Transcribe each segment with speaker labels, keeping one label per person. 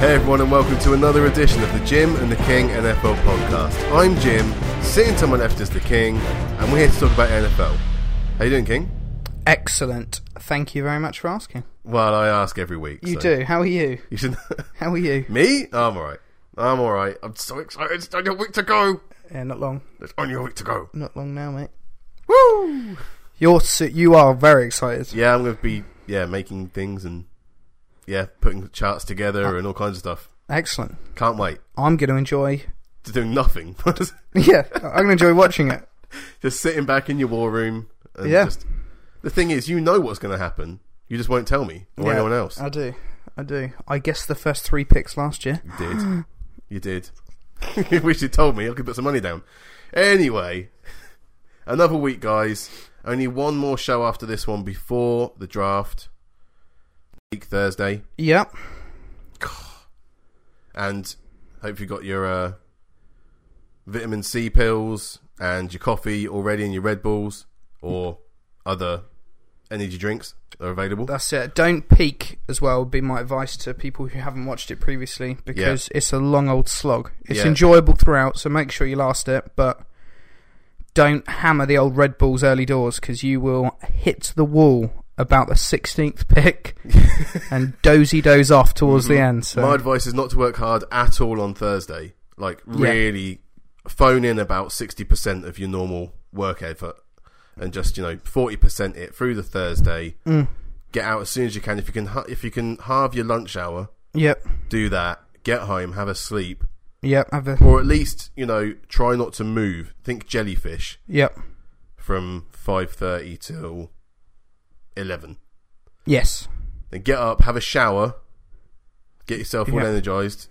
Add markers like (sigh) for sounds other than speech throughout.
Speaker 1: Hey everyone, and welcome to another edition of the Jim and the King NFL podcast. I'm Jim, sitting to my left is the King, and we're here to talk about NFL. How you doing, King?
Speaker 2: Excellent. Thank you very much for asking.
Speaker 1: Well, I ask every week.
Speaker 2: You
Speaker 1: so
Speaker 2: do. How are you?
Speaker 1: You should.
Speaker 2: How are you?
Speaker 1: (laughs) Me? I'm all right. I'm all right. I'm so excited. It's only a week to go.
Speaker 2: Yeah, not long.
Speaker 1: It's only a week to go.
Speaker 2: Not long now, mate.
Speaker 1: Woo!
Speaker 2: You're so, you are very excited.
Speaker 1: Yeah, I'm going to be yeah making things and yeah putting charts
Speaker 2: Uh,
Speaker 1: together and all kinds of stuff.
Speaker 2: Excellent.
Speaker 1: Can't wait
Speaker 2: I'm going to enjoy. (laughs)
Speaker 1: to do nothing. (laughs)
Speaker 2: Yeah, I'm going to enjoy watching it.
Speaker 1: just sitting back in your war room. And
Speaker 2: Yeah.
Speaker 1: Just, the thing is, you know what's going to happen. You just won't tell me or
Speaker 2: Yeah,
Speaker 1: anyone else.
Speaker 2: I do. I do. I guess the first three picks last year.
Speaker 1: You did. You did. (laughs) you wish you told me. I could put some money down. Anyway, another week, guys. Only one more show after this one before the draft. Week Thursday.
Speaker 2: Yep.
Speaker 1: And hope you got your uh, vitamin C pills and your coffee already and your Red Bulls or other energy drinks that are available.
Speaker 2: That's it. Don't peek as well would be my advice to people who haven't watched it previously because it's a long old slog. It's
Speaker 1: Yeah.
Speaker 2: enjoyable throughout, so make sure you last it, but don't hammer the old Red Bulls early doors because you will hit the wall about the 16th
Speaker 1: (laughs)
Speaker 2: pick and dozy doze off towards the end. So
Speaker 1: Mm-hmm. My advice is not to work hard at all on Thursday. Like really phone in about sixty percent of your normal work effort and just you know forty percent it through the Thursday. Get out as soon as you can. If you can, ha- if you can halve your lunch hour,
Speaker 2: yep,
Speaker 1: do that. Get home, have a sleep,
Speaker 2: yep, have a
Speaker 1: or at least you know try not to move. Think jellyfish
Speaker 2: yep,
Speaker 1: from five thirty till eleven.
Speaker 2: yes,
Speaker 1: Then get up, have a shower, get yourself all
Speaker 2: Yeah.
Speaker 1: energized,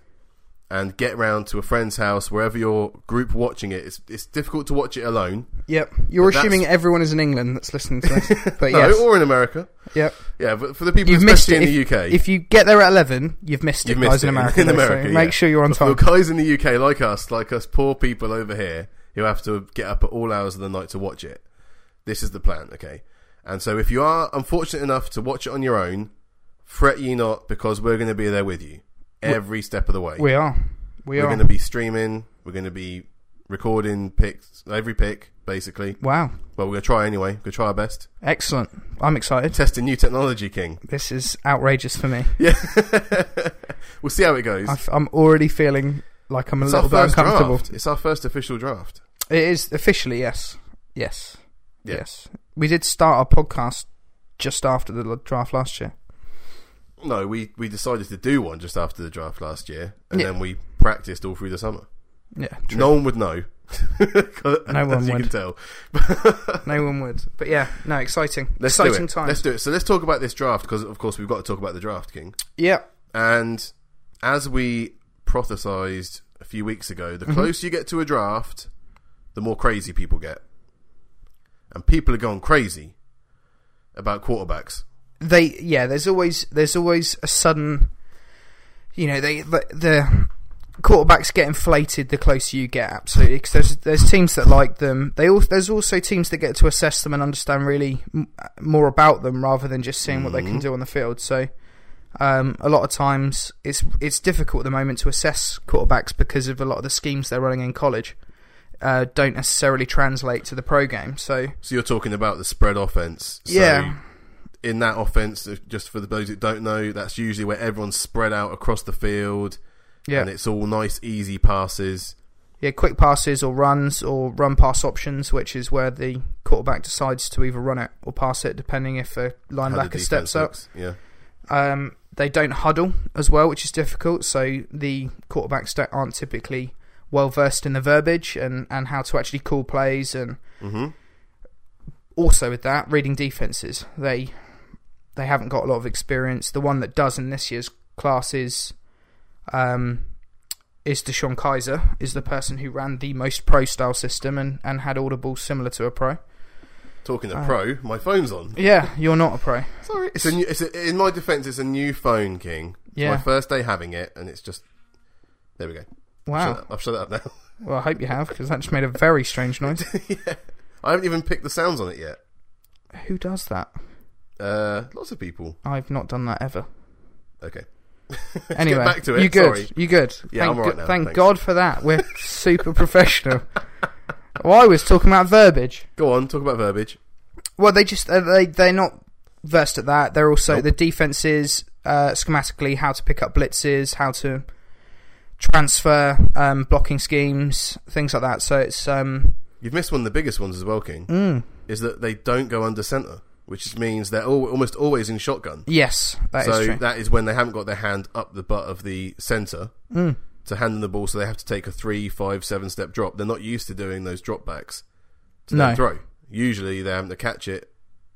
Speaker 1: and get round to a friend's house, wherever your group watching it. It's, it's difficult to watch it alone.
Speaker 2: yep. You're
Speaker 1: But that's-
Speaker 2: assuming everyone is in England that's listening to
Speaker 1: (laughs)
Speaker 2: this, but
Speaker 1: No,
Speaker 2: yes,
Speaker 1: or in America.
Speaker 2: yep.
Speaker 1: Yeah, but for the people,
Speaker 2: You've missed
Speaker 1: especially in
Speaker 2: it
Speaker 1: the
Speaker 2: if,
Speaker 1: UK,
Speaker 2: If you get there at eleven, you've missed it,
Speaker 1: You've missed
Speaker 2: guys. in
Speaker 1: it in-
Speaker 2: America,
Speaker 1: in
Speaker 2: so
Speaker 1: America,
Speaker 2: make
Speaker 1: yeah.
Speaker 2: sure you're on
Speaker 1: But for
Speaker 2: time.
Speaker 1: the guys in the UK, like us, like us poor people over here who have to get up at all hours of the night to watch it, this is the plan, okay? And so if you are unfortunate enough to watch it on your own, fret ye not because we're going to be there with you every step of the way.
Speaker 2: We are. We
Speaker 1: We're
Speaker 2: are.
Speaker 1: going to be streaming. We're going to be recording picks, every pick, basically.
Speaker 2: Wow.
Speaker 1: Well, we're going to try anyway. We're going to try our best.
Speaker 2: Excellent. I'm excited.
Speaker 1: Testing new technology, King.
Speaker 2: This is outrageous for me.
Speaker 1: Yeah. we'll see how it goes.
Speaker 2: I f- I'm already feeling like I'm a
Speaker 1: it's our
Speaker 2: little bit
Speaker 1: first
Speaker 2: uncomfortable.
Speaker 1: draft. It's our first official draft.
Speaker 2: It is officially, yes. Yes.
Speaker 1: Yeah.
Speaker 2: Yes. We did start our podcast just after the l- draft last year.
Speaker 1: No, we, we decided to do one just after the draft last year, and
Speaker 2: Yeah.
Speaker 1: then we practiced all through the summer.
Speaker 2: Yeah.
Speaker 1: No one would know. (laughs)
Speaker 2: No one
Speaker 1: As you can
Speaker 2: would.
Speaker 1: tell.
Speaker 2: No one would. But yeah, no, exciting.
Speaker 1: Let's do
Speaker 2: exciting
Speaker 1: it.
Speaker 2: time.
Speaker 1: Let's do it. So let's talk about this draft because, of course, we've got to talk about the draft, King.
Speaker 2: yeah.
Speaker 1: And as we prophesized a few weeks ago,
Speaker 2: Mm-hmm.
Speaker 1: the closer you get to a draft, the more crazy people get. And people are going crazy about quarterbacks.
Speaker 2: they yeah there's always there's always a sudden you know they the, the quarterbacks get inflated the closer you get absolutely because there's there's teams that like them they also there's also teams that get to assess them and understand really m- more about them rather than just seeing what they can do on the field so um, a lot of times it's it's difficult at the moment to assess quarterbacks because of a lot of the schemes they're running in college uh, don't necessarily translate to the pro game so
Speaker 1: So you're talking about the spread offense. So
Speaker 2: Yeah.
Speaker 1: In that offense, if- just for those that don't know, that's usually where everyone's spread out across the field,
Speaker 2: yeah
Speaker 1: and it's all nice, easy passes.
Speaker 2: Yeah, quick passes or runs or run pass options, which is where the quarterback decides to either run it or pass it, depending if a
Speaker 1: how the
Speaker 2: linebacker
Speaker 1: defense
Speaker 2: steps up.
Speaker 1: looks. Yeah.
Speaker 2: Um, they don't huddle as well, which is difficult. So the quarterbacks don't, aren't typically well versed in the verbiage and, and how to actually call plays. And
Speaker 1: hmm
Speaker 2: also with that, reading defenses. They they haven't got a lot of experience. The one that does in this year's class is um, is Deshaun Kaiser, is the person who ran the most pro style system and, and had all the balls similar to a pro.
Speaker 1: Talking to
Speaker 2: Uh,
Speaker 1: pro, my phone's on.
Speaker 2: Yeah, you're not a pro.
Speaker 1: Sorry, it's a new, it's a, in my defense, it's a new phone, King.
Speaker 2: Yeah.
Speaker 1: my first day having it, and it's just there we go.
Speaker 2: Wow.
Speaker 1: Shut up. I've shut it up now. (laughs)
Speaker 2: Well, I hope you have because that just made a very strange noise.
Speaker 1: I haven't even picked the sounds on it yet.
Speaker 2: who does that?
Speaker 1: Uh, lots of people. (laughs)
Speaker 2: I've not done that ever.
Speaker 1: Okay,
Speaker 2: anyway,
Speaker 1: back to it,
Speaker 2: You good?
Speaker 1: sorry.
Speaker 2: You good?
Speaker 1: Yeah,
Speaker 2: thank
Speaker 1: I'm all right
Speaker 2: go-
Speaker 1: now,
Speaker 2: Thank
Speaker 1: thanks.
Speaker 2: God for that. We're
Speaker 1: (laughs)
Speaker 2: super professional. Well, I was talking about verbiage.
Speaker 1: Go on, talk about verbiage.
Speaker 2: Well, they just uh, they they're not versed at that. They're also
Speaker 1: Nope.
Speaker 2: the defenses uh, schematically how to pick up blitzes, how to transfer um, blocking schemes, things like that. So it's um
Speaker 1: You've missed one of the biggest ones as well, King.
Speaker 2: mm,
Speaker 1: Is that they don't go under centre, which just means they're all, almost always in shotgun.
Speaker 2: yes, that is
Speaker 1: so
Speaker 2: true.
Speaker 1: that is when they haven't got their hand up the butt of the centre
Speaker 2: Mm.
Speaker 1: to hand them the ball, so they have to take a three, five, seven step drop. They're not used to doing those drop backs to
Speaker 2: No.
Speaker 1: then throw. Usually they're having to catch it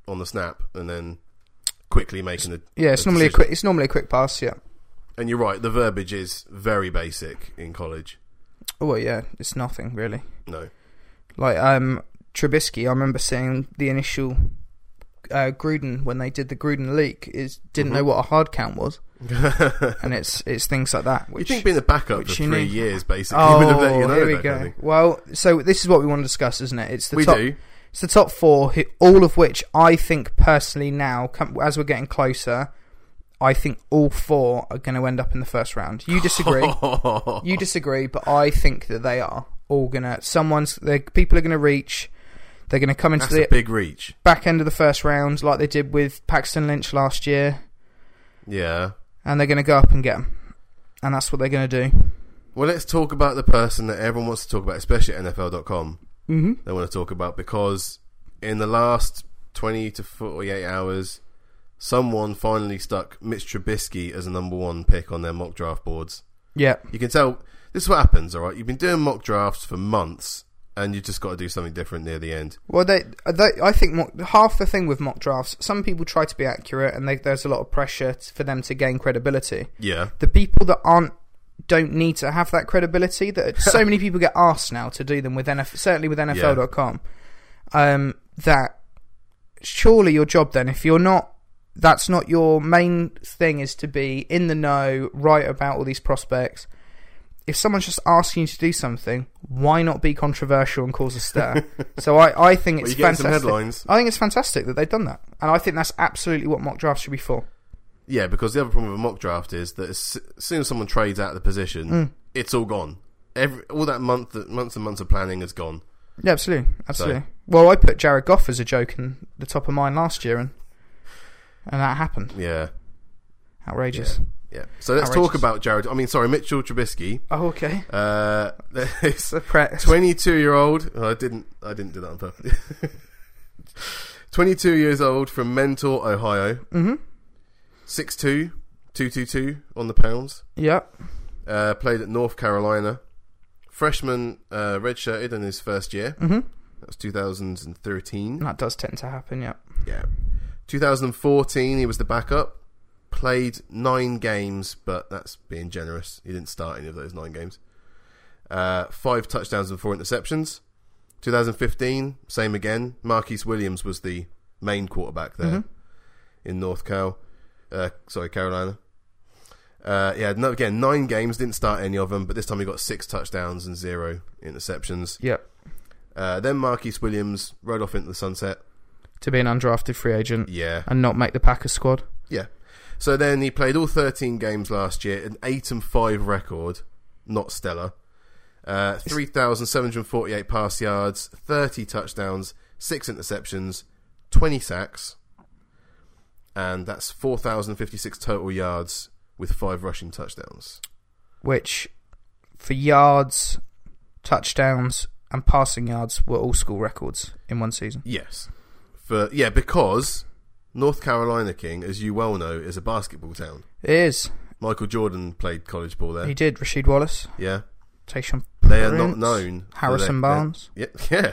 Speaker 1: on the snap and then quickly making the
Speaker 2: Yeah, it's
Speaker 1: the
Speaker 2: normally a
Speaker 1: decision.
Speaker 2: quick. It's normally a quick pass. Yeah.
Speaker 1: And you're right, the verbiage is very basic in college.
Speaker 2: Oh well, yeah, it's nothing really.
Speaker 1: No,
Speaker 2: Like um Trubisky, I remember seeing the initial uh, Gruden when they did the Gruden leak is didn't
Speaker 1: Mm-hmm.
Speaker 2: know what a hard
Speaker 1: (laughs)
Speaker 2: count was, and it's it's things like that.
Speaker 1: you
Speaker 2: Which
Speaker 1: think being a backup
Speaker 2: which
Speaker 1: for
Speaker 2: you
Speaker 1: three
Speaker 2: need-
Speaker 1: years basically (laughs) would have let
Speaker 2: oh,
Speaker 1: you know
Speaker 2: here we
Speaker 1: that kind of
Speaker 2: go.
Speaker 1: thing.
Speaker 2: Well, so this is what we want to discuss, isn't it? It's the
Speaker 1: We
Speaker 2: top.
Speaker 1: do. (laughs)
Speaker 2: It's the top four, who, all of which I think personally now, come, as we're getting closer, I think all four are going to end up in the first round. You disagree?
Speaker 1: (laughs)
Speaker 2: You disagree, but I think that they are all gonna. Someone's the people are gonna reach. They're gonna come into
Speaker 1: That's
Speaker 2: the
Speaker 1: a big reach.
Speaker 2: back end of the first round, like they did with Paxton Lynch last year,
Speaker 1: Yeah.
Speaker 2: and they're gonna go up and get him. And that's what they're gonna do.
Speaker 1: Well, let's talk about the person that everyone wants to talk about, especially at NFL.com.
Speaker 2: Mm-hmm.
Speaker 1: They want to talk about because in the last 20 to 48 hours, someone finally stuck Mitch Trubisky as a number one pick on their mock draft boards.
Speaker 2: Yeah,
Speaker 1: You can tell this is what happens, all right? You've been doing mock drafts for months, and you've just got to do something different near the end.
Speaker 2: Well, they, they, I think mock, half the thing with mock drafts, some people try to be accurate, and they, there's a lot of pressure t- for them to gain credibility.
Speaker 1: Yeah.
Speaker 2: The people that aren't don't need to have that
Speaker 1: (laughs)
Speaker 2: credibility. That so many people get asked now to do them with NFL, certainly with NFL.com. Um, that surely your job then, if you're not, that's not your main thing, is to be in the know, right about all these prospects. If someone's just asking you to do something, why not be controversial and cause
Speaker 1: (laughs)
Speaker 2: a stir? so I, I think
Speaker 1: Well,
Speaker 2: it's
Speaker 1: you get some
Speaker 2: fantastic.
Speaker 1: headlines.
Speaker 2: I think it's fantastic that they've done that, and I think that's absolutely what mock drafts should be for.
Speaker 1: Yeah, because the other problem with a mock draft is that as as soon as someone trades out of the position,
Speaker 2: Mm.
Speaker 1: it's all gone. Every, all that month, months and months of planning is gone.
Speaker 2: Yeah, absolutely, absolutely. Well, I put Jared Goff as a joke in the top of mine last year, and and that happened.
Speaker 1: Yeah.
Speaker 2: Outrageous.
Speaker 1: Yeah. So let's
Speaker 2: Outrageous.
Speaker 1: talk about Jared. I mean, sorry, Mitchell Trubisky.
Speaker 2: Oh, okay.
Speaker 1: Uh, (laughs)
Speaker 2: The pre-
Speaker 1: twenty-two-year-old. oh, I didn't. I didn't do that on purpose. (laughs) Twenty-two years old from Mentor, Ohio.
Speaker 2: Mhm.
Speaker 1: Six-two, two-two-two on the pounds.
Speaker 2: Yep.
Speaker 1: Uh, played at North Carolina. Freshman, uh, redshirted in his first year.
Speaker 2: Mhm.
Speaker 1: That was 2013.
Speaker 2: That does tend to happen. Yep.
Speaker 1: Yeah. 2014, he was the backup. Played nine games, but that's being generous. He didn't start any of those nine games. Uh, five touchdowns and four interceptions. 2015, same again. Marquise Williams was the main quarterback there in North Cal. Uh, sorry, Carolina. Uh, yeah, no, again, nine games, didn't start any of them, but this time he got six touchdowns and zero interceptions.
Speaker 2: Yep.
Speaker 1: Uh, then Marquise Williams rode off into the sunset.
Speaker 2: To be an undrafted free agent
Speaker 1: Yeah.
Speaker 2: and not make the Packers squad.
Speaker 1: Yeah. So then he played all 13 games last year, an 8 and 5 record, not stellar. Uh, 3,748 pass yards, 30 touchdowns, 6 interceptions, 20 sacks, and that's 4,056 total yards with 5 rushing touchdowns.
Speaker 2: which for yards, touchdowns, and passing yards were all school records in one season.
Speaker 1: Yes. For Yeah, because North Carolina King, as you well know, is a basketball town.
Speaker 2: It is.
Speaker 1: Michael Jordan played college ball there.
Speaker 2: He did. Rashid Wallace,
Speaker 1: yeah.
Speaker 2: Tayshaun
Speaker 1: They are not
Speaker 2: Prince,
Speaker 1: known. for their-
Speaker 2: Harrison
Speaker 1: their-
Speaker 2: Barnes.
Speaker 1: Yeah, (laughs) yeah.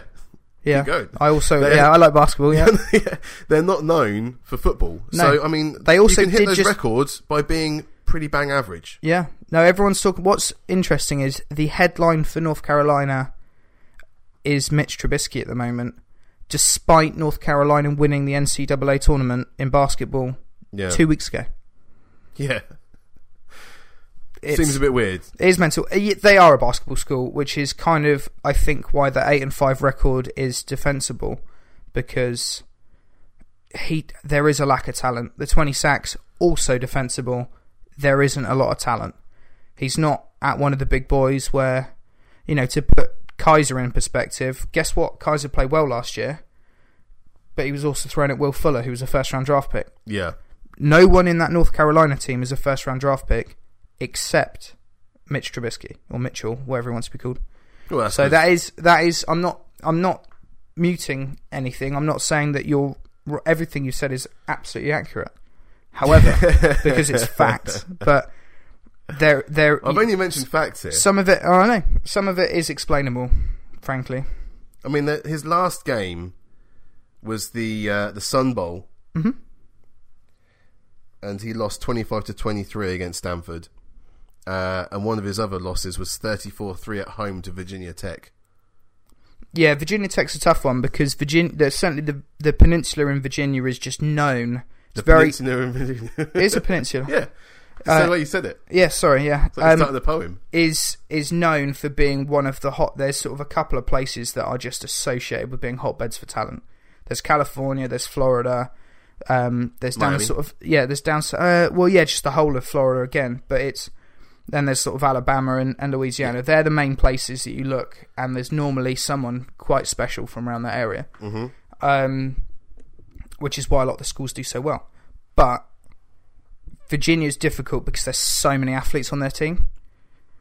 Speaker 2: Yeah.
Speaker 1: going.
Speaker 2: I also
Speaker 1: They-
Speaker 2: yeah, I like
Speaker 1: (laughs)
Speaker 2: basketball, yeah.
Speaker 1: yeah, they're not known for football.
Speaker 2: No.
Speaker 1: So I mean,
Speaker 2: They also
Speaker 1: you can hit
Speaker 2: did
Speaker 1: those
Speaker 2: just-
Speaker 1: records by being pretty bang average.
Speaker 2: yeah. No, everyone's talking what's interesting is the headline for North Carolina is Mitch Trubisky at the moment. Despite North Carolina winning the NCAA tournament in basketball
Speaker 1: Yeah,
Speaker 2: two weeks ago,
Speaker 1: yeah.
Speaker 2: it's,
Speaker 1: Seems a bit weird.
Speaker 2: It is mental. Uh, y- They are a basketball school, which is kind of, I think, why the eight and five record is defensible, because he there is a lack of talent. The twenty sacks also defensible. there isn't a lot of talent. He's not at one of the big boys where, you know, to put Kaiser in perspective, guess what? Kaiser played well last year, but he was also thrown at Will Fuller, who was a first round draft pick.
Speaker 1: Yeah.
Speaker 2: No one in that North Carolina team is a first round draft pick except Mitch Trubisky or Mitchell, whatever he wants to be called.
Speaker 1: Well, that's
Speaker 2: So
Speaker 1: good.
Speaker 2: that is that is I'm not I'm not muting anything. I'm not saying that your everything you said is absolutely accurate.
Speaker 1: (laughs)
Speaker 2: However, because it's fact, but there there
Speaker 1: I've only mentioned facts here.
Speaker 2: some of it I know some of it is explainable, frankly.
Speaker 1: I mean, the, his last game was the uh, the Sun Bowl, mm-hmm. and he lost twenty five to twenty three against Stanford. Uh, and one of his other losses was 34-3 at home to Virginia Tech.
Speaker 2: Yeah, Virginia Tech's a tough one because Virginia there's certainly the the peninsula in Virginia is just known. It's
Speaker 1: The
Speaker 2: very
Speaker 1: peninsula in Virginia.
Speaker 2: it is a
Speaker 1: (laughs)
Speaker 2: peninsula. (laughs) yeah.
Speaker 1: yeah, it's the
Speaker 2: Uh,
Speaker 1: way you said it.
Speaker 2: sorry, yeah.
Speaker 1: It's like the
Speaker 2: Um,
Speaker 1: start of the poem.
Speaker 2: is is known for being one of the hot. There's sort of a couple of places that are just associated with being hotbeds for talent. There's California, there's Florida, um, there's down
Speaker 1: Miami.
Speaker 2: sort of yeah, there's down s- uh, well yeah, just the whole of Florida again, but it's then there's sort of Alabama and, and Louisiana. They're the main places that you look, and there's normally someone quite special from around that area,
Speaker 1: hmm
Speaker 2: um, which is why a lot of the schools do so well. But Virginia's difficult because there's so many athletes on their team.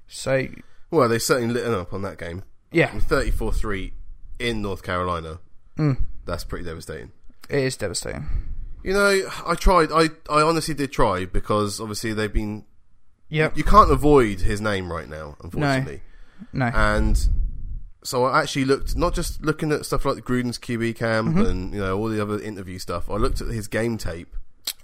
Speaker 2: So
Speaker 1: Well, they certainly lit up on that game.
Speaker 2: yeah,
Speaker 1: 34-3 in North Carolina.
Speaker 2: Mm.
Speaker 1: That's pretty devastating.
Speaker 2: It is devastating.
Speaker 1: You know, I tried. I, I honestly did try because obviously they've been
Speaker 2: Yep.
Speaker 1: you can't avoid his name right now, unfortunately.
Speaker 2: No.
Speaker 1: And so I actually looked, not just looking at stuff like Gruden's QB camp and you know all the other interview stuff. I looked at his game tape.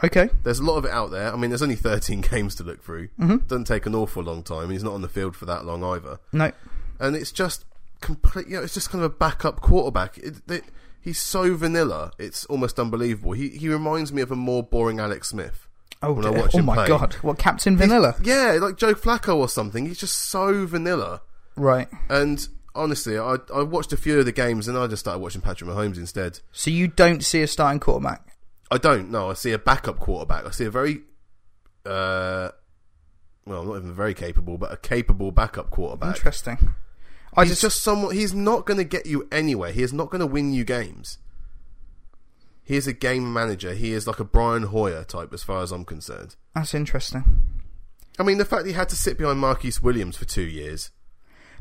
Speaker 2: Okay.
Speaker 1: There's a lot of it out there. I mean, there's only 13 (laughs) games to look through. Doesn't take an awful long time. and He's not on the field for that long either.
Speaker 2: No.
Speaker 1: And it's just complete. You know, it's just kind of a backup quarterback. It, it, he's so vanilla. It's almost unbelievable. He he reminds me of a more boring Alex Smith.
Speaker 2: Oh,
Speaker 1: When I
Speaker 2: dear.
Speaker 1: watch
Speaker 2: oh
Speaker 1: him
Speaker 2: my
Speaker 1: play.
Speaker 2: god. What Captain Vanilla?
Speaker 1: Yeah, like Joe Flacco or something. He's just so vanilla.
Speaker 2: Right.
Speaker 1: And honestly, I, I watched a few of the games and I just started watching Patrick Mahomes instead.
Speaker 2: So you don't see a starting quarterback.
Speaker 1: I don't know. I see a backup quarterback. I see a very, uh, well, not even very capable, but a capable backup quarterback.
Speaker 2: Interesting. I
Speaker 1: He's
Speaker 2: just,
Speaker 1: just someone. He's not going to get you anywhere. He is not going to win you games. He is a game manager. He is like a Brian Hoyer type, as far as I'm concerned.
Speaker 2: that's interesting.
Speaker 1: I mean, the fact he had to sit behind Marquise Williams for two years.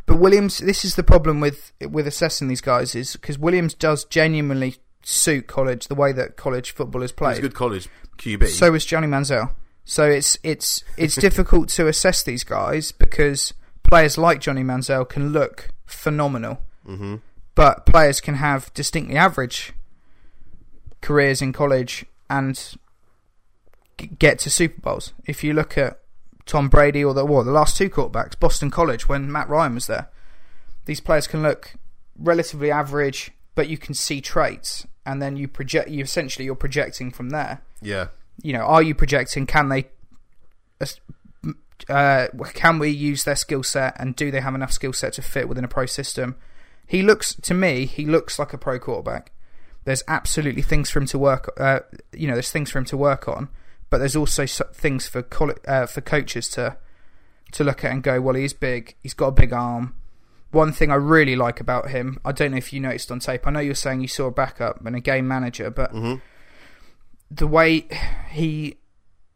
Speaker 2: But Williams, this is the problem with with assessing these guys is because Williams does genuinely suit college the way that college football is
Speaker 1: He's a
Speaker 2: played.
Speaker 1: good college QB.
Speaker 2: So is Johnny Manziel. So it's it's it's difficult to assess these guys because players like Johnny Manziel can look phenomenal,
Speaker 1: Mhm.
Speaker 2: but players can have distinctly average careers in college and g- get to Super Bowls. If you look at Tom Brady or the well, the last two quarterbacks, Boston College when Matt Ryan was there, these players can look relatively average, but you can see traits, and then you project. You essentially you're projecting from there
Speaker 1: yeah,
Speaker 2: you know, are you projecting? Can they, uh, can we use their skill set, and do they have enough skill set to fit within a pro system? He looks to me, he looks like a pro quarterback. There's absolutely things for him to work. Uh, you know, there's things for him to work on, but there's also s things for coll- uh, for coaches to to look at and go, well, he's big. He's got a big arm. One thing I really like about him, I don't know if you noticed on tape. I know you're saying you saw a backup and a game manager, but the way he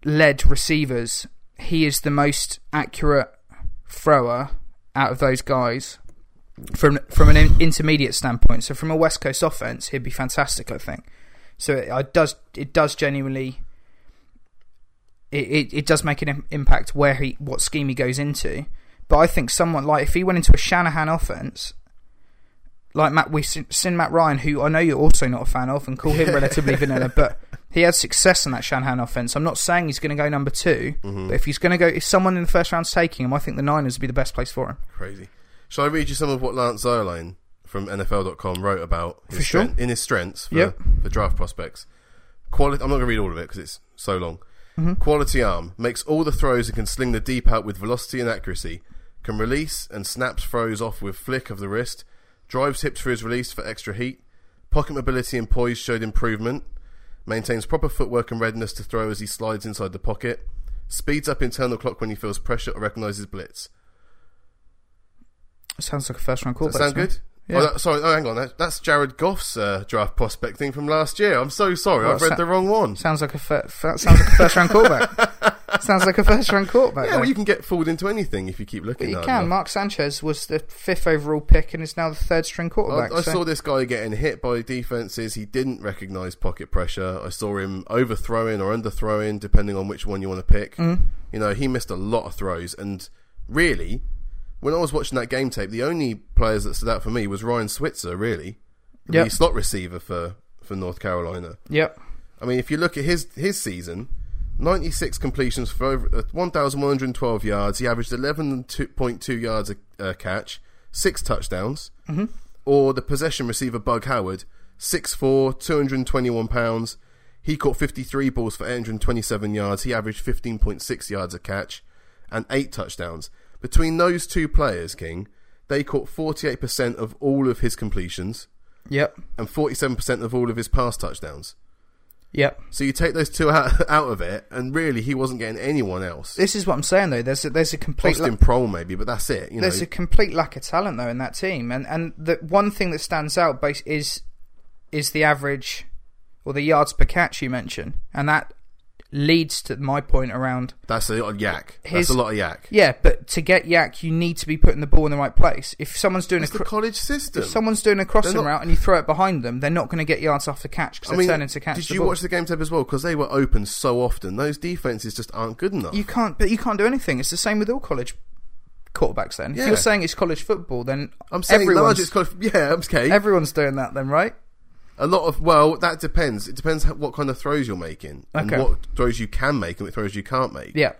Speaker 2: led receivers, he is the most accurate thrower out of those guys from from an in- intermediate standpoint. So from a West Coast offense, he'd be fantastic, I think. So it, it does it does genuinely it, it, it does make an im- impact where he what scheme he goes into. But I think someone like if he went into a Shanahan offense, like Matt we've seen, seen Matt Ryan, who I know you're also not a fan of, and call him
Speaker 1: (laughs)
Speaker 2: relatively vanilla, but he had success in that Shanahan offense. I'm not saying he's going to go number 2
Speaker 1: Mm-hmm.
Speaker 2: but if he's going to go, if someone in the first round's taking him, I think the Niners would be the best place for him.
Speaker 1: crazy. Shall I read you some of what Lance Zierlein from NFL.com wrote about his
Speaker 2: For sure.
Speaker 1: strength- in his strengths for,
Speaker 2: Yep.
Speaker 1: for draft prospects? Quality. I'm not going to read all of it because it's so long.
Speaker 2: Mm-hmm.
Speaker 1: Quality arm makes all the throws and can sling the deep out with velocity and accuracy. Can release and snaps throws off with flick of the wrist. Drives hips for his release for extra heat. Pocket mobility and poise showed improvement. Maintains proper footwork and readiness to throw as he slides inside the pocket. Speeds up internal clock when he feels pressure or recognizes blitz.
Speaker 2: Sounds like a first round
Speaker 1: Does
Speaker 2: callback.
Speaker 1: that sound
Speaker 2: to me.
Speaker 1: good?
Speaker 2: Yeah.
Speaker 1: Oh, that, sorry. Oh, hang on. That, that's Jared Goff's uh, draft prospecting from last year. I'm so sorry.
Speaker 2: Well,
Speaker 1: I've read
Speaker 2: so-
Speaker 1: the wrong one.
Speaker 2: Sounds like a fir- fir- sounds like a first round quarterback.
Speaker 1: (laughs)
Speaker 2: sounds like a first round quarterback.
Speaker 1: yeah,
Speaker 2: though.
Speaker 1: well, you can get fooled into anything if you keep
Speaker 2: but
Speaker 1: looking.
Speaker 2: you
Speaker 1: hard
Speaker 2: can.
Speaker 1: enough.
Speaker 2: Mark Sanchez was the fifth overall pick and is now the third string quarterback.
Speaker 1: I, I
Speaker 2: so-
Speaker 1: saw this guy getting hit by defenses. He didn't recognize pocket pressure. I saw him overthrowing or underthrowing, depending on which one you want to pick.
Speaker 2: Mm.
Speaker 1: You know, he missed a lot of throws. And really, when I was watching that game tape, the only players that stood out for me was Ryan Switzer. Really, the
Speaker 2: Yep.
Speaker 1: slot receiver for for North Carolina.
Speaker 2: Yep.
Speaker 1: I mean, if you look at his his season, 96 completions for over uh, 1,112 yards. He averaged 11.2 yards a, a catch, six touchdowns. Mm-hmm. Or the possession receiver, Bug Howard, 6'4, 221 pounds. He caught 53 balls for 827 yards. He averaged 15.6 yards a catch and eight touchdowns. Between those two players, King, they caught 48% of all of his completions
Speaker 2: Yep.
Speaker 1: and 47% of all of his pass touchdowns.
Speaker 2: Yep.
Speaker 1: So you take those two out, (laughs) out of it, and really he wasn't getting anyone else.
Speaker 2: This is what I'm saying though. There's a, there's a complete
Speaker 1: Austin Prohl maybe, but that's it. You know,
Speaker 2: there's a complete lack of talent though in that team, and and the one thing that stands out base is is the average or the yards per catch you mentioned, and that leads to my point around
Speaker 1: that's a lot of yak.
Speaker 2: His-
Speaker 1: that's a lot of yak.
Speaker 2: yeah. But to get yak, you need to be putting the ball in the right place. If someone's doing
Speaker 1: It's
Speaker 2: a
Speaker 1: the
Speaker 2: cr-
Speaker 1: college system.
Speaker 2: if someone's doing a crossing
Speaker 1: not-
Speaker 2: route and you throw it behind them, they're not going to get yards off the catch because
Speaker 1: I
Speaker 2: they're
Speaker 1: mean,
Speaker 2: turning to catch
Speaker 1: did
Speaker 2: the
Speaker 1: you
Speaker 2: ball.
Speaker 1: watch the game tape as well? Because they were open so often. Those defenses just aren't good enough.
Speaker 2: you can't, but you can't do anything. It's the same with all college quarterbacks. Then, if
Speaker 1: Yeah.
Speaker 2: you're saying it's college football, then
Speaker 1: I'm saying large.
Speaker 2: everyone's,
Speaker 1: It's college. (laughs) Yeah, okay.
Speaker 2: everyone's doing that. Then, right?
Speaker 1: a lot of well, that depends. It depends how, what kind of throws you're making and
Speaker 2: Okay.
Speaker 1: what throws you can make and what throws you can't make.
Speaker 2: Yeah.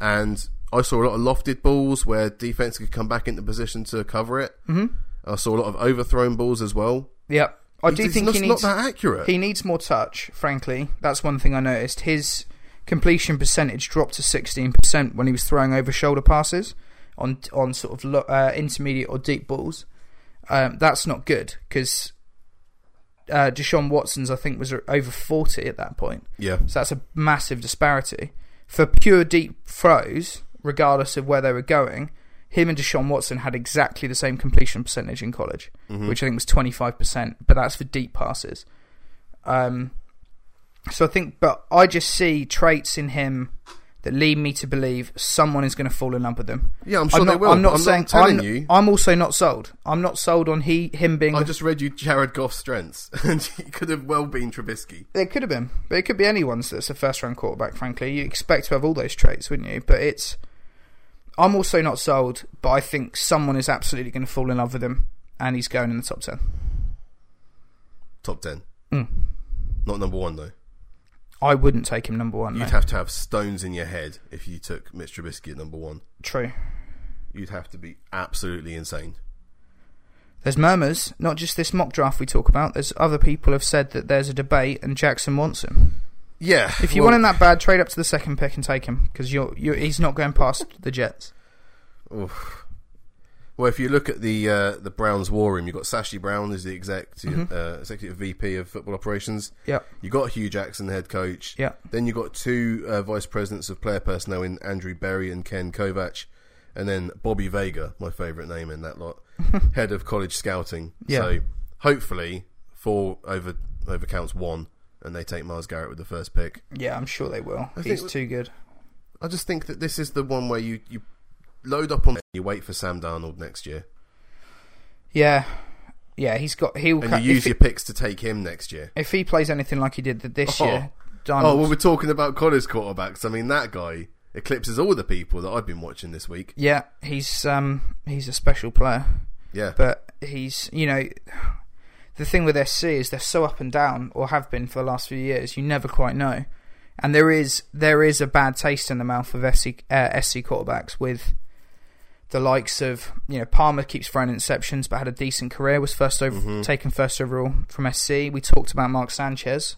Speaker 1: and I saw a lot of lofted balls where defense could come back into position to cover it. Mm-hmm. I saw a lot of overthrown balls as well.
Speaker 2: Yeah, I do
Speaker 1: He's
Speaker 2: think
Speaker 1: not,
Speaker 2: he
Speaker 1: not
Speaker 2: needs
Speaker 1: that accurate.
Speaker 2: he needs more touch. Frankly, that's one thing I noticed. His completion percentage dropped to sixteen percent when he was throwing over shoulder passes on on sort of lo- uh, intermediate or deep balls. Um, that's not good because uh, Deshaun Watson's I think was over forty at that point.
Speaker 1: yeah,
Speaker 2: So that's a massive disparity. For pure deep throws, regardless of where they were going, him and Deshaun Watson had exactly the same completion percentage in college,
Speaker 1: Mm-hmm.
Speaker 2: which I think was 25%, but that's for deep passes. Um, so I think, but I just see traits in him that lead me to believe someone is going to fall in love with him.
Speaker 1: yeah. I'm sure
Speaker 2: I'm not,
Speaker 1: they will.
Speaker 2: I'm not saying,
Speaker 1: telling
Speaker 2: I'm,
Speaker 1: you.
Speaker 2: I'm also not sold. I'm not sold on he him being
Speaker 1: I
Speaker 2: the
Speaker 1: just read you Jared Goff's strengths, (laughs) and he could have well been Trubisky.
Speaker 2: It could have been, but it could be anyone's that's a first round quarterback, frankly. You expect to have all those traits, wouldn't you? But it's. I'm also not sold, but I think someone is absolutely going to fall in love with him, and he's going in the top 10.
Speaker 1: Top ten,
Speaker 2: Hmm.
Speaker 1: not number one though.
Speaker 2: I wouldn't take him number one.
Speaker 1: You'd
Speaker 2: Though.
Speaker 1: have to have stones in your head if you took Mitch Trubisky at number one.
Speaker 2: True.
Speaker 1: You'd have to be absolutely insane.
Speaker 2: There's murmurs, not just this mock draft we talk about. There's other people have said that there's a debate, and Jackson wants him.
Speaker 1: Yeah.
Speaker 2: If you
Speaker 1: well,
Speaker 2: want him that bad, trade up to the second pick and take him, because you're, you're, he's not going past the Jets.
Speaker 1: Oof. Well, if you look at the uh, the Browns war room, you've got Sashi Brown who's the
Speaker 2: Mm-hmm.
Speaker 1: executive uh, executive VP of football operations.
Speaker 2: Yep.
Speaker 1: You got Hugh Jackson, the head coach.
Speaker 2: Yeah.
Speaker 1: Then you got two uh, vice presidents of player personnel in Andrew Berry and Ken Kovac, and then Bobby Vega, my favourite name in that
Speaker 2: (laughs)
Speaker 1: lot, head of college scouting.
Speaker 2: Yeah.
Speaker 1: So hopefully four over overcounts one, and they take Mars Garrett with the first pick.
Speaker 2: Yeah, I'm sure they will.
Speaker 1: think
Speaker 2: he's
Speaker 1: w-
Speaker 2: too good.
Speaker 1: I just think that this is the one where you you load up on you wait for Sam Darnold next year,
Speaker 2: Yeah, yeah, he's got. He'll
Speaker 1: and
Speaker 2: cut-
Speaker 1: you
Speaker 2: if
Speaker 1: use
Speaker 2: he-
Speaker 1: your picks to take him next year.
Speaker 2: If he plays anything like he did th- this
Speaker 1: Oh.
Speaker 2: year, Darnold,
Speaker 1: Oh well, we're talking about college quarterbacks. I mean, that guy eclipses all the people that I've been watching this week.
Speaker 2: yeah, he's um he's a special player,
Speaker 1: Yeah.
Speaker 2: but he's you know the thing with SC is they're so up and down or have been for the last few years. You never quite know, and there is there is a bad taste in the mouth of SC uh, SC quarterbacks with. The likes of you know Palmer keeps throwing interceptions, but had a decent career. Was first over
Speaker 1: Mm-hmm.
Speaker 2: taken first overall from SC. We talked about Mark Sanchez.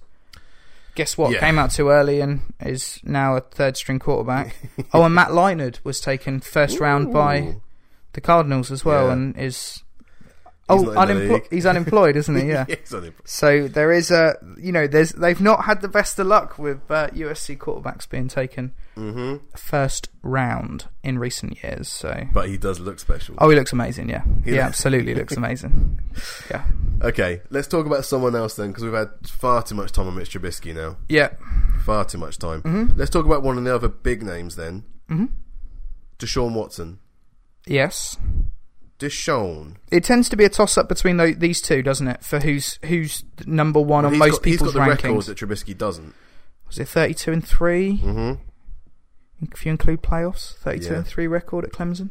Speaker 2: Guess what?
Speaker 1: Yeah.
Speaker 2: Came out too early and is now a third
Speaker 1: (laughs)
Speaker 2: string quarterback. oh, and Matt Leitnerd was taken first round by
Speaker 1: Ooh.
Speaker 2: the Cardinals as well,
Speaker 1: Yeah.
Speaker 2: and is
Speaker 1: He's
Speaker 2: oh,
Speaker 1: not in the
Speaker 2: unimpl-
Speaker 1: league.
Speaker 2: he's unemployed, isn't
Speaker 1: (laughs)
Speaker 2: he? Yeah.
Speaker 1: He's unemployed.
Speaker 2: So there is a, you know, there's they've not had the best of luck with uh, USC quarterbacks being taken
Speaker 1: hmm
Speaker 2: first round in recent years. So
Speaker 1: But he does look special.
Speaker 2: oh, he looks amazing. Yeah,
Speaker 1: He
Speaker 2: he
Speaker 1: does.
Speaker 2: absolutely
Speaker 1: (laughs)
Speaker 2: looks amazing. Yeah,
Speaker 1: Okay, let's talk about someone else then, because we've had far too much time on Mitch Trubisky now.
Speaker 2: yeah.
Speaker 1: Far too much time.
Speaker 2: Mhm.
Speaker 1: Let's talk about one of the other big names then.
Speaker 2: hmm
Speaker 1: Deshaun Watson.
Speaker 2: Yes,
Speaker 1: Deshaun.
Speaker 2: it tends to be a toss up between tho- these two, doesn't it? For who's who's number one on
Speaker 1: He's
Speaker 2: most
Speaker 1: got, he's
Speaker 2: people's
Speaker 1: got the record
Speaker 2: rankings?
Speaker 1: that Trubisky doesn't.
Speaker 2: Was it thirty-two and three?
Speaker 1: hmm
Speaker 2: If you include playoffs, thirty-two
Speaker 1: Yeah.
Speaker 2: and three record at Clemson.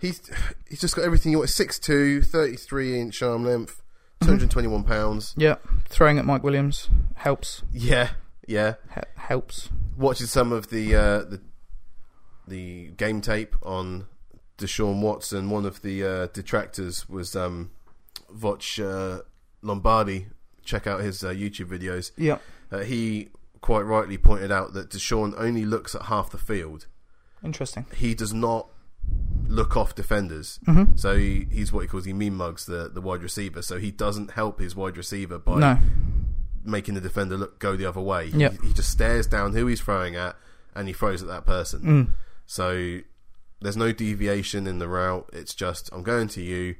Speaker 1: He's he's just got everything you want. 6'2", 33 inch arm length,
Speaker 2: Mm-hmm.
Speaker 1: two hundred twenty one pounds.
Speaker 2: Yeah, throwing at Mike Williams helps.
Speaker 1: Yeah, yeah.
Speaker 2: He- helps.
Speaker 1: Watching some of the uh, the the game tape on Deshaun Watson. One of the uh, detractors was um, Voch uh, Lombardi. Check out his uh, YouTube videos.
Speaker 2: Yeah.
Speaker 1: Uh, he quite rightly pointed out that Deshaun only looks at half the field.
Speaker 2: Interesting.
Speaker 1: He does not look off defenders.
Speaker 2: Mm-hmm.
Speaker 1: So he, he's what he calls he mean mugs the, the wide receiver. So he doesn't help his wide receiver by
Speaker 2: No.
Speaker 1: making the defender look go the other way. He-
Speaker 2: Yep.
Speaker 1: He, just stares down who he's throwing at and he throws at that person.
Speaker 2: Mm.
Speaker 1: So there's no deviation in the route. It's just I'm going to you,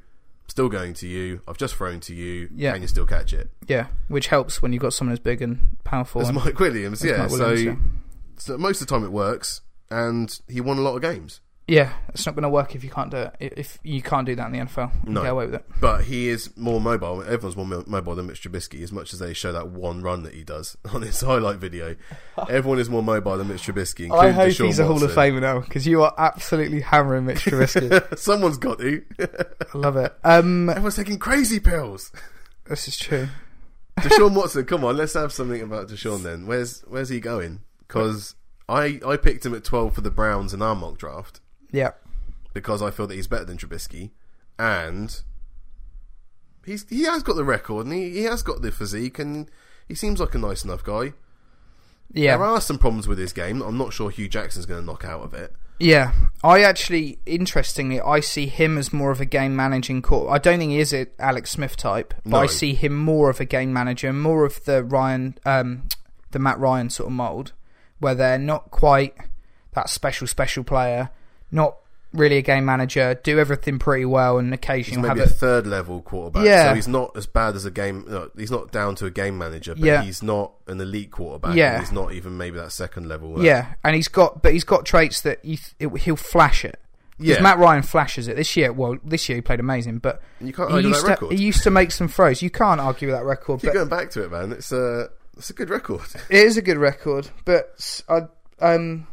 Speaker 1: still going to you. I've just thrown to you.
Speaker 2: Yeah.
Speaker 1: Can you still catch it?
Speaker 2: Yeah, which helps when you've got someone as big and powerful.
Speaker 1: That's
Speaker 2: and-
Speaker 1: Mike Williams.
Speaker 2: as
Speaker 1: yeah.
Speaker 2: Mike
Speaker 1: so,
Speaker 2: Williams, yeah.
Speaker 1: so most of the time it works, and he won a lot of games.
Speaker 2: yeah, it's not going to work if you can't do it. i- If you can't do that in the NFL, you
Speaker 1: No.
Speaker 2: get away with it.
Speaker 1: But he is more mobile. Everyone's more mo- mobile than Mitch Trubisky, as much as they show that one run that he does (laughs) on his highlight
Speaker 2: (laughs)
Speaker 1: video. Everyone is more mobile than Mitch Trubisky.
Speaker 2: I
Speaker 1: including
Speaker 2: hope
Speaker 1: Deshaun
Speaker 2: he's a Hall of
Speaker 1: Watson.
Speaker 2: Famer now because you are absolutely hammering Mitch
Speaker 1: (laughs)
Speaker 2: Trubisky.
Speaker 1: Someone's got to.
Speaker 2: I love it. Um,
Speaker 1: Everyone's taking crazy pills.
Speaker 2: this is true.
Speaker 1: (laughs) Deshaun Watson, come on, let's have something about Deshaun then. Where's where's he going? Because I I picked him at twelve for the Browns in our mock draft
Speaker 2: Yeah,
Speaker 1: because I feel that he's better than Trubisky, and he's he has got the record and he, he has got the physique and he seems like a nice enough guy.
Speaker 2: yeah,
Speaker 1: There are some problems with his game. I'm not sure Hugh Jackson's going to knock out of it.
Speaker 2: yeah. I actually, interestingly, I see him as more of a game managing core. I don't think he is an Alex Smith type, but
Speaker 1: No.
Speaker 2: I see him more of a game manager, more of the Ryan, um, the Matt Ryan sort of mold, where they're not quite that special special player, not really a game manager, do everything pretty well, and
Speaker 1: He's
Speaker 2: occasionally have
Speaker 1: maybe a
Speaker 2: it.
Speaker 1: third level quarterback.
Speaker 2: Yeah.
Speaker 1: So he's not as bad as a game. No, he's not down to a game manager, but
Speaker 2: Yeah.
Speaker 1: he's not an elite quarterback.
Speaker 2: Yeah.
Speaker 1: and He's not even maybe that second level.
Speaker 2: Yeah, and he's got, but he's got traits that you th- it, he'll flash it. 'Cause
Speaker 1: Yeah.
Speaker 2: Matt Ryan flashes it this year. Well, this year he played amazing, but
Speaker 1: And oh, you can't
Speaker 2: he
Speaker 1: argue
Speaker 2: used
Speaker 1: that
Speaker 2: to
Speaker 1: record.
Speaker 2: he used to make some throws. You can't argue with that record,
Speaker 1: Keep
Speaker 2: but
Speaker 1: going back to it, man. It's a it's a good record. (laughs)
Speaker 2: it is a good record. But s- I, um,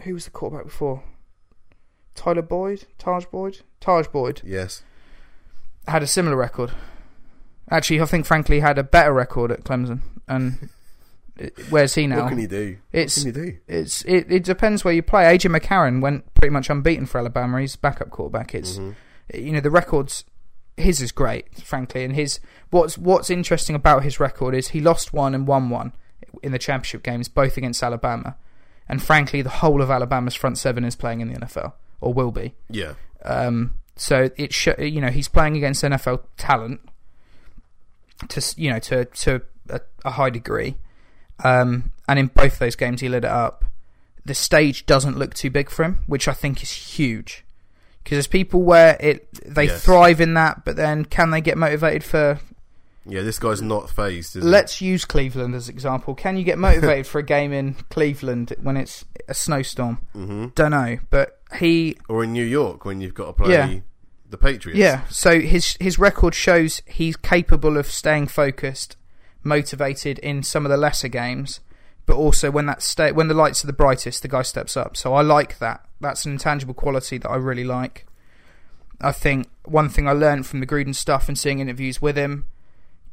Speaker 2: who was the quarterback before? Tyler Boyd, Taj Boyd, Taj Boyd
Speaker 1: yes.
Speaker 2: had a similar record. Actually, I think frankly had a better record at Clemson. And i- where's he now?
Speaker 1: What can he do? What
Speaker 2: it's
Speaker 1: can he do?
Speaker 2: it's it, it depends where you play. AJ McCarron went pretty much unbeaten for Alabama. He's backup quarterback. It's
Speaker 1: Mhm.
Speaker 2: you know the records his is great frankly and his what's what's interesting about his record is he lost one and won one in the championship games both against Alabama and frankly the whole of Alabama's front seven is playing in the NFL or will be
Speaker 1: Yeah.
Speaker 2: um, so it sh- you know he's playing against NFL talent to s- you know to to a, a high degree, um, and in both those games he lit it up. The stage doesn't look too big for him, which I think is huge because there's people where it they
Speaker 1: Yes.
Speaker 2: thrive in that, but then can they get motivated for?
Speaker 1: Yeah. This guy's not phased. Is he?
Speaker 2: Let's use Cleveland as example. Can you get motivated (laughs) for a game in Cleveland when it's a snowstorm?
Speaker 1: Mhm.
Speaker 2: Don't know, but he
Speaker 1: Or in New York when you've got to play
Speaker 2: Yeah.
Speaker 1: the Patriots.
Speaker 2: Yeah. So his his record shows he's capable of staying focused, motivated in some of the lesser games, but also when that sta- when the lights are the brightest, the guy steps up. So I like that. That's an intangible quality that I really like. I think one thing I learned from the Gruden stuff and seeing interviews with him,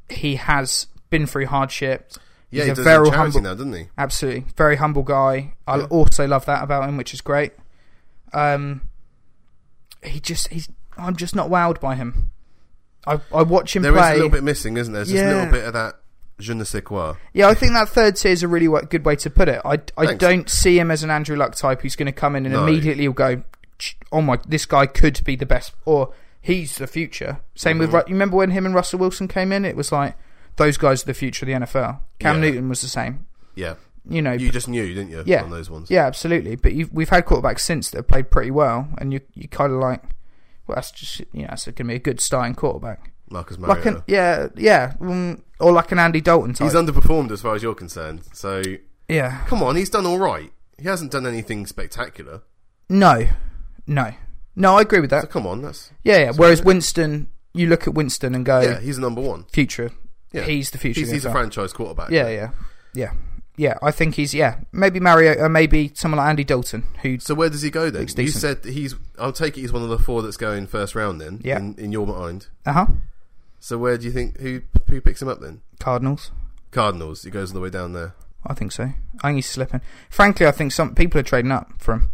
Speaker 2: he has been through hardship.
Speaker 1: Yeah.
Speaker 2: He's
Speaker 1: he
Speaker 2: a
Speaker 1: does
Speaker 2: very
Speaker 1: very charity
Speaker 2: humble-
Speaker 1: now, doesn't he?
Speaker 2: Absolutely, very humble guy. I
Speaker 1: Yeah.
Speaker 2: also love that about him, which is great. Um, he just he's I'm just not wowed by him. I I watch him
Speaker 1: There is
Speaker 2: play.
Speaker 1: a little bit missing, isn't there? There's just a
Speaker 2: Yeah.
Speaker 1: little bit of that je ne sais quoi.
Speaker 2: Yeah, I think that third tier is a really wa- good way to put it. I I
Speaker 1: Thanks.
Speaker 2: don't see him as an Andrew Luck type who's going to come in and
Speaker 1: No.
Speaker 2: immediately will go, "Ch- oh my, this guy could be the best, or he's the future. Same
Speaker 1: Mm-hmm.
Speaker 2: with Ru- you remember when him and Russell Wilson came in, it was like those guys are the future of the NFL. Cam
Speaker 1: Yeah.
Speaker 2: Newton was the same.
Speaker 1: Yeah.
Speaker 2: You know,
Speaker 1: You just knew, didn't you?
Speaker 2: Yeah.
Speaker 1: On those ones.
Speaker 2: yeah, absolutely. But you've, we've had quarterbacks since that have played pretty well, and you you kind of like, well, that's just you know, that's going to be a good starting quarterback.
Speaker 1: Marcus Mariota.
Speaker 2: Like an yeah, yeah, mm, or like an Andy Dalton type.
Speaker 1: He's underperformed as far as you're concerned. So
Speaker 2: yeah,
Speaker 1: come on, he's done all right. He hasn't done anything spectacular.
Speaker 2: no, no, no. I agree with
Speaker 1: So
Speaker 2: that.
Speaker 1: come on, that's
Speaker 2: Yeah, yeah. Whereas Winston, you look at Winston and go
Speaker 1: yeah, he's number one.
Speaker 2: future.
Speaker 1: Yeah.
Speaker 2: He's the future.
Speaker 1: He's, he's a
Speaker 2: NFL.
Speaker 1: franchise quarterback.
Speaker 2: Yeah, yeah, yeah, yeah. I think he's yeah. Maybe Mario, uh, maybe someone like Andy Dalton, who
Speaker 1: So where does he go then? You
Speaker 2: decent.
Speaker 1: said that he's. I'll take it. He's one of the four that's going first round then.
Speaker 2: Yeah.
Speaker 1: In, in your mind.
Speaker 2: uh huh,
Speaker 1: So where do you think who who picks him up then?
Speaker 2: Cardinals.
Speaker 1: Cardinals. He goes all the way down there.
Speaker 2: I think so. I think he's slipping. Frankly, I think some people are trading up for him.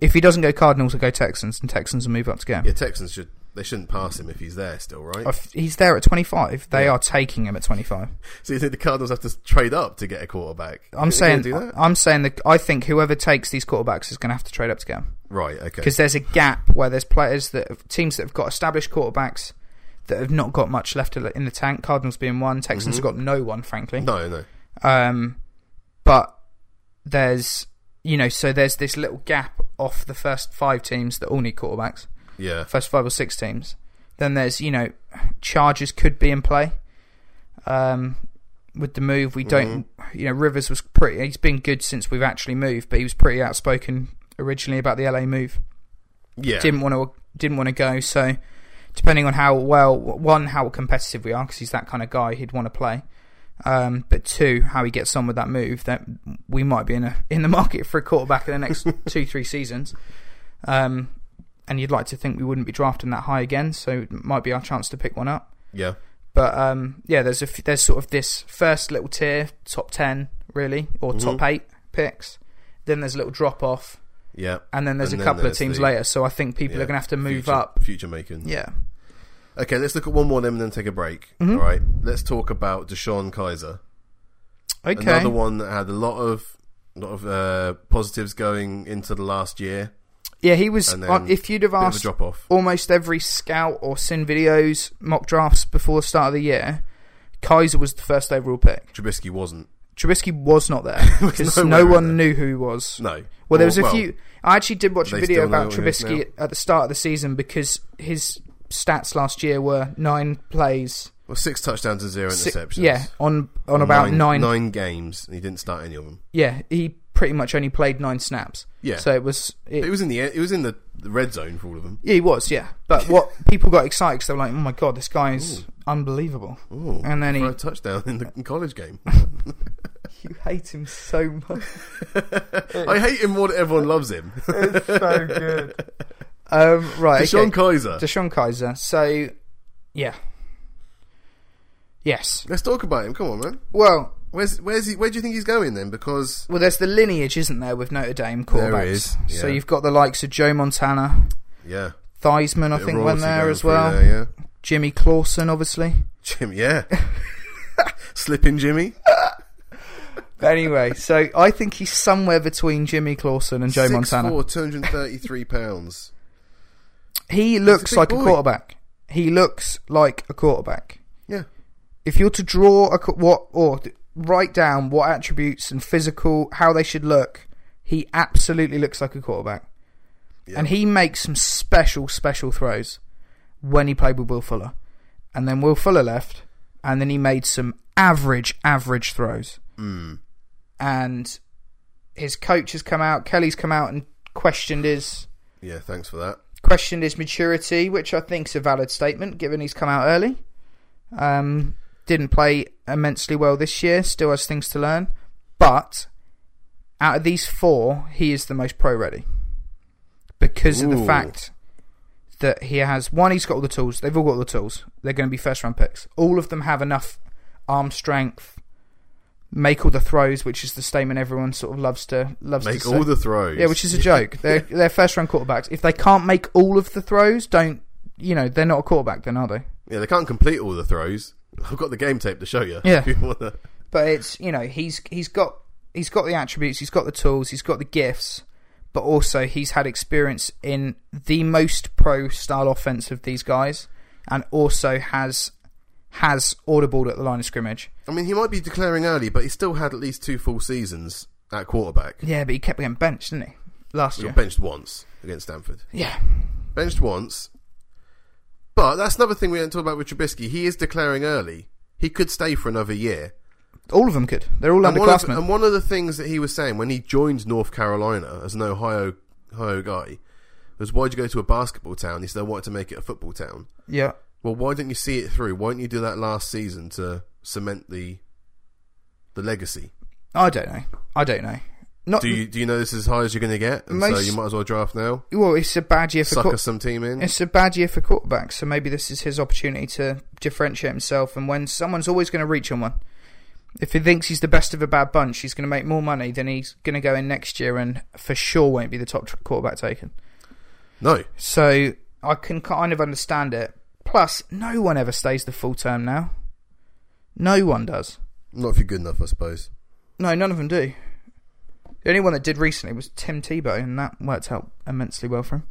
Speaker 2: If he doesn't go Cardinals, he'll go Texans, and Texans will move up to get him.
Speaker 1: Yeah, Texans should. They shouldn't pass him if he's there still, right?
Speaker 2: If he's there at 25. They are taking him at 25.
Speaker 1: So you think the Cardinals have to trade up to get a quarterback? You
Speaker 2: I'm
Speaker 1: think they're gonna
Speaker 2: saying,
Speaker 1: do that?
Speaker 2: I'm saying that I think whoever takes these quarterbacks is going to have to trade up to get him
Speaker 1: right. Okay.
Speaker 2: because there's a gap where there's players that have, teams that have got established quarterbacks that have not got much left in the tank. Cardinals being one, Texans
Speaker 1: Mm-hmm.
Speaker 2: have got no one, frankly.
Speaker 1: No, no.
Speaker 2: Um, but there's you know, so there's this little gap off the first five teams that all need quarterbacks.
Speaker 1: Yeah.
Speaker 2: First five or six teams. Then there's you know, Chargers could be in play. Um, with the move, we don't. You know, Rivers was pretty. He's been good since we've actually moved, but he was pretty outspoken originally about the LA move.
Speaker 1: Yeah.
Speaker 2: Didn't want to. Didn't want to go. So, depending on how well one how competitive we are, because he's that kind of guy, he'd want to play. Um, but two, how he gets on with that move, that we might be in a in the (laughs) market for a quarterback in the next two three seasons. Um, and you'd like to think we wouldn't be drafting that high again, so it might be our chance to pick one up.
Speaker 1: yeah.
Speaker 2: But um, yeah, there's a f- there's sort of this first little tier, top ten really, or top eight picks. Then there's a little drop off,
Speaker 1: Yeah.
Speaker 2: and then there's
Speaker 1: And
Speaker 2: a
Speaker 1: then
Speaker 2: couple
Speaker 1: there's
Speaker 2: of teams
Speaker 1: the-
Speaker 2: later. So I think people
Speaker 1: yeah,
Speaker 2: are going to have to move
Speaker 1: future,
Speaker 2: up.
Speaker 1: Future making.
Speaker 2: Yeah,
Speaker 1: Okay, let's look at one more of them and then take a break.
Speaker 2: Mm-hmm.
Speaker 1: All right. Let's talk about Deshaun Kaiser.
Speaker 2: okay.
Speaker 1: Another one that had a lot of lot of uh, positives going into the last year.
Speaker 2: Yeah, he was.
Speaker 1: And
Speaker 2: uh,
Speaker 1: then
Speaker 2: if you'd have
Speaker 1: Bit of a
Speaker 2: asked
Speaker 1: drop off.
Speaker 2: almost every scout or sin videos mock drafts before the start of the year, Kaiser was the first overall pick.
Speaker 1: Trubisky wasn't.
Speaker 2: Trubisky was not there because
Speaker 1: nowhere
Speaker 2: no
Speaker 1: in (laughs)
Speaker 2: one
Speaker 1: there.
Speaker 2: knew who he was.
Speaker 1: No.
Speaker 2: Well,
Speaker 1: Or-
Speaker 2: there was a few. I actually did watch a
Speaker 1: they
Speaker 2: video
Speaker 1: still know
Speaker 2: about
Speaker 1: who he is
Speaker 2: Trubisky at the start of the season because his stats last year were nine plays,
Speaker 1: Well, six touchdowns and zero
Speaker 2: si-
Speaker 1: interceptions.
Speaker 2: yeah, on on about nine,
Speaker 1: nine games, and he didn't start any of them.
Speaker 2: Yeah, he pretty much only played nine snaps.
Speaker 1: Yeah.
Speaker 2: so it was. It,
Speaker 1: It was in the it was in the, the red zone for all of them.
Speaker 2: yeah, he was. Yeah, but what people got excited because they were like, "Oh my god, this guy is unbelievable!"
Speaker 1: Ooh,
Speaker 2: And then
Speaker 1: for
Speaker 2: he-
Speaker 1: a touchdown in the college
Speaker 2: (laughs)
Speaker 1: game.
Speaker 2: You hate him so
Speaker 1: (laughs)
Speaker 2: much.
Speaker 1: I hate him more than everyone loves him.
Speaker 2: so good. Um, right,
Speaker 1: Deshaun
Speaker 2: okay.
Speaker 1: Kaiser.
Speaker 2: Deshaun Kaiser. So, yeah, yes.
Speaker 1: Let's talk about him. Come on, man.
Speaker 2: Well,
Speaker 1: Where's where's he? Where do you think he's going then? Because
Speaker 2: well, there's the lineage, isn't there, with Notre Dame quarterbacks?
Speaker 1: There is,
Speaker 2: So
Speaker 1: yeah.
Speaker 2: you've got the likes of Joe Montana,
Speaker 1: yeah,
Speaker 2: Theismann, I
Speaker 1: bit of
Speaker 2: think,
Speaker 1: royalty
Speaker 2: went there
Speaker 1: going
Speaker 2: as
Speaker 1: through
Speaker 2: well.
Speaker 1: there, yeah,
Speaker 2: Jimmy Clausen, obviously.
Speaker 1: Jim,
Speaker 2: (laughs)
Speaker 1: yeah, slipping Jimmy.
Speaker 2: But anyway, so I think he's somewhere between Jimmy Clausen and Joe Montana.
Speaker 1: four, two hundred thirty-three pounds.
Speaker 2: He looks
Speaker 1: big
Speaker 2: like
Speaker 1: boy.
Speaker 2: a quarterback. He looks like a quarterback.
Speaker 1: Yeah,
Speaker 2: if you're to draw a co- what or th- write down what attributes and physical how they should look, he absolutely looks like a quarterback,
Speaker 1: Yeah.
Speaker 2: and he makes some special special throws when he played with Will Fuller, and then Will Fuller left, and then he made some average average throws, and his coach has come out, Kelly's come out and questioned his
Speaker 1: yeah. Thanks for that.
Speaker 2: questioned his maturity, which I think's a valid statement given he's come out early. Um, didn't play immensely well this year, still has things to learn. But out of these four, he is the most pro ready because of
Speaker 1: Ooh.
Speaker 2: the fact that he has one, he's got all the tools. They've all got all the tools. They're going to be first round picks. All of them have enough arm strength. Make all the throws, which is the statement everyone sort of loves to loves
Speaker 1: Make
Speaker 2: to
Speaker 1: all
Speaker 2: say.
Speaker 1: the throws.
Speaker 2: Yeah, which is a (laughs) joke. They're they're first round quarterbacks. If they can't make all of the throws, don't you know they're not a quarterback then, are they?
Speaker 1: yeah, they can't complete all the throws. I've got the game tape to show you.
Speaker 2: Yeah.
Speaker 1: (laughs) if you wanna.
Speaker 2: But it's you know he's he's got he's got the attributes, he's got the tools, he's got the gifts, but also he's had experience in the most pro style offense of these guys, and also has has audible at the line of scrimmage.
Speaker 1: I mean, he might be declaring early, but he still had at least two full seasons at quarterback.
Speaker 2: Yeah, but he kept getting benched, didn't he? Last
Speaker 1: He
Speaker 2: year.
Speaker 1: got benched once against Stanford.
Speaker 2: Yeah.
Speaker 1: Benched once. But that's another thing we didn't talk about with Trubisky. He is declaring early. He could stay for another year.
Speaker 2: All of them could. They're all
Speaker 1: and, one of,
Speaker 2: underclassmen.
Speaker 1: and one of the things that he was saying when he joined North Carolina as an Ohio Ohio guy was, "Why'd you go to a basketball town?" He said, "I wanted to make it a football town."
Speaker 2: yeah.
Speaker 1: Well, why didn't you see it through? Why didn't you do that last season to cement the the legacy?
Speaker 2: I don't know. I don't know. Not
Speaker 1: Do you do you know this is as high as you're going to get? And so
Speaker 2: Uh, Most-
Speaker 1: you might as well draft now.
Speaker 2: well. It's a bad year for
Speaker 1: Sucker
Speaker 2: quar-
Speaker 1: some team in.
Speaker 2: it's a bad year for quarterbacks. So maybe this is his opportunity to differentiate himself. And when someone's always going to reach on one, if he thinks he's the best of a bad bunch, he's going to make more money than he's going to go in next year, and for sure won't be the top tr- quarterback taken.
Speaker 1: No,
Speaker 2: So I can kind of understand it. Plus, no one ever stays the full term now. No one does.
Speaker 1: not if you're good enough, I suppose. (laughs)
Speaker 2: No, none of them do. The only one that did recently was Tim Tebow, and that worked out immensely well for him.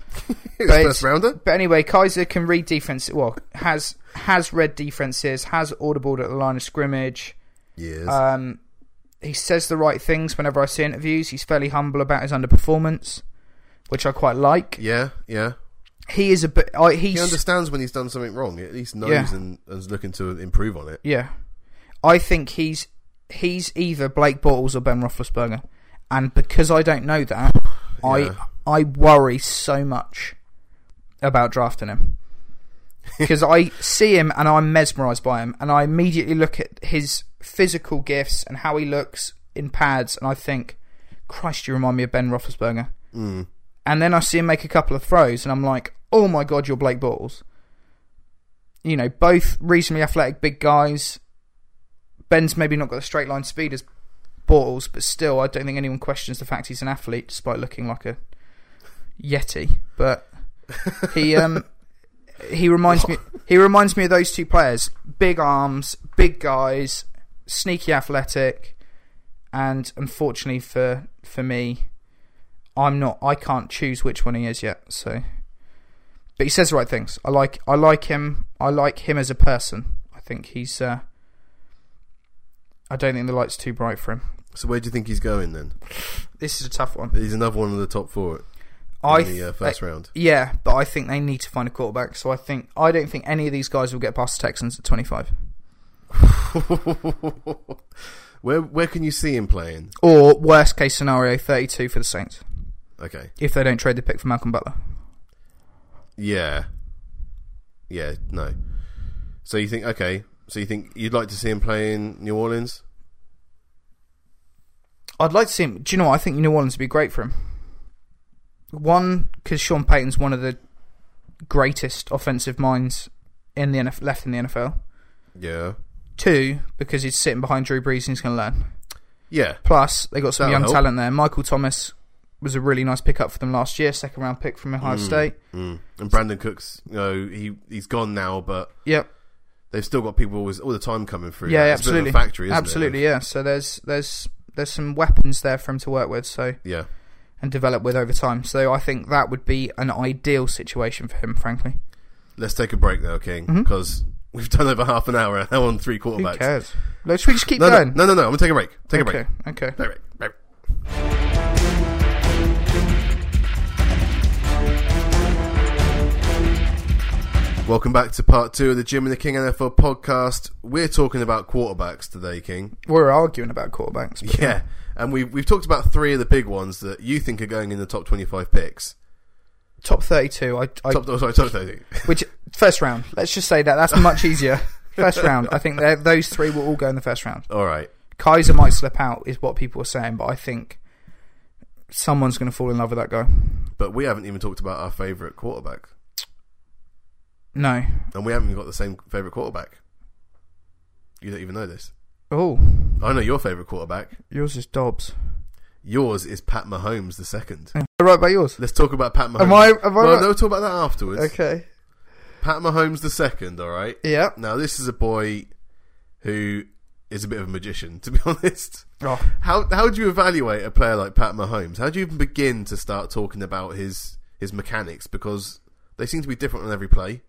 Speaker 1: He's
Speaker 2: But
Speaker 1: first
Speaker 2: it's-
Speaker 1: rounder.
Speaker 2: But anyway, Kaiser can read defense. Well, has has read defenses, has audible at the line of scrimmage.
Speaker 1: Yes.
Speaker 2: Um, he says the right things whenever I see interviews. He's fairly humble about his underperformance, which I quite like.
Speaker 1: yeah, yeah.
Speaker 2: He is a bit. I, he's,
Speaker 1: He understands when he's done something wrong. He at least knows
Speaker 2: Yeah.
Speaker 1: and, and is looking to improve on it.
Speaker 2: Yeah, I think he's he's either Blake Bortles or Ben Roethlisberger, and because I don't know that,
Speaker 1: Yeah.
Speaker 2: I I worry so much about drafting him because I see him and I'm mesmerised by him, and I immediately look at his physical gifts and how he looks in pads, and I think, Christ, you remind me of Ben Roethlisberger.
Speaker 1: Mm.
Speaker 2: And then I see him make a couple of throws, and I'm like, oh my god, you're Blake Bortles. You know, both reasonably athletic big guys. Ben's maybe not got the straight line speed as Bortles, but still, I don't think anyone questions the fact he's an athlete, despite looking like a yeti. But he um he reminds me he reminds me of those two players: big arms, big guys, sneaky athletic, and unfortunately for for me, I'm not. I can't choose which one he is yet. So, but he says the right things. I like. I like him. I like him as a person. I think he's. Uh, I don't think the light's too bright for him.
Speaker 1: So where do you think he's going then?
Speaker 2: This is a tough one.
Speaker 1: He's another one of the top four
Speaker 2: I
Speaker 1: in the uh, first round. (laughs)
Speaker 2: yeah, but I think they need to find a quarterback. So I think I don't think any of these guys will get past the Texans at 25
Speaker 1: where where can you see him playing?
Speaker 2: or worst case scenario 32 for the Saints
Speaker 1: Okay.
Speaker 2: if they don't trade the pick for Malcolm Butler.
Speaker 1: Yeah. Yeah, no. So you think okay, so you think you'd like to see him play in New Orleans?
Speaker 2: I'd like to see him. Do you know what? I think New Orleans would be great for him. One, because Sean Payton's one of the greatest offensive minds in the NFL, left in the NFL.
Speaker 1: Yeah.
Speaker 2: Two, because he's sitting behind Drew Brees and he's going to learn.
Speaker 1: Yeah.
Speaker 2: Plus, they got some
Speaker 1: That'll
Speaker 2: young
Speaker 1: help.
Speaker 2: talent there. Michael Thomas was a really nice pickup for them last year, second round pick from Ohio State.
Speaker 1: Mm. And Brandon Cooks, you know, he he's gone now, but
Speaker 2: Yep.
Speaker 1: they've still got people always all the time coming through.
Speaker 2: Yeah,
Speaker 1: now.
Speaker 2: yeah,
Speaker 1: It's a bit of a
Speaker 2: absolutely.
Speaker 1: factory, isn't it?
Speaker 2: Absolutely, yeah. So there's there's there's some weapons there for him to work with. So
Speaker 1: Yeah.
Speaker 2: and develop with over time. So I think that would be an ideal situation for him, frankly.
Speaker 1: Let's take a break now, King,
Speaker 2: Mhm.
Speaker 1: because we've done over half an hour and now on three quarterbacks.
Speaker 2: Who cares? Let's we just keep
Speaker 1: No, no,
Speaker 2: going.
Speaker 1: no, no, no. I'm gonna take a break. Take a break.
Speaker 2: okay, okay.
Speaker 1: Take a break. Break. Welcome back to part two of the Jim and the King NFL podcast. We're talking about quarterbacks today,
Speaker 2: (laughs)
Speaker 1: King.
Speaker 2: We're arguing about quarterbacks. but-
Speaker 1: Yeah, and we've we've talked about three of the big ones that you think are going in the top twenty-five picks.
Speaker 2: Top 32, I, I,
Speaker 1: Top, oh, sorry, top thirty. (laughs)
Speaker 2: which first round. Let's just say that that's much easier. First round. I think that those three will all go in the first round.
Speaker 1: All right.
Speaker 2: Kaiser might slip out, is what people are saying, but I think someone's going to fall in love with that guy.
Speaker 1: But we haven't even talked about our favorite quarterback,
Speaker 2: No.
Speaker 1: and we haven't even got the same favorite quarterback. You don't even know this.
Speaker 2: Oh,
Speaker 1: I know your favorite quarterback.
Speaker 2: yours is Dobbs.
Speaker 1: Yours is Pat Mahomes the second.
Speaker 2: Am I right about yours?
Speaker 1: Let's talk about Pat Mahomes.
Speaker 2: Am I? Am I
Speaker 1: well,
Speaker 2: right?
Speaker 1: no, we'll talk about that afterwards.
Speaker 2: Okay.
Speaker 1: Pat Mahomes the second. All right.
Speaker 2: Yeah.
Speaker 1: Now this is a boy who is a bit of a magician, to be (laughs) honest.
Speaker 2: Oh,
Speaker 1: How how do you evaluate a player like Pat Mahomes? How do you even begin to start talking about his his mechanics because they seem to be different on every play?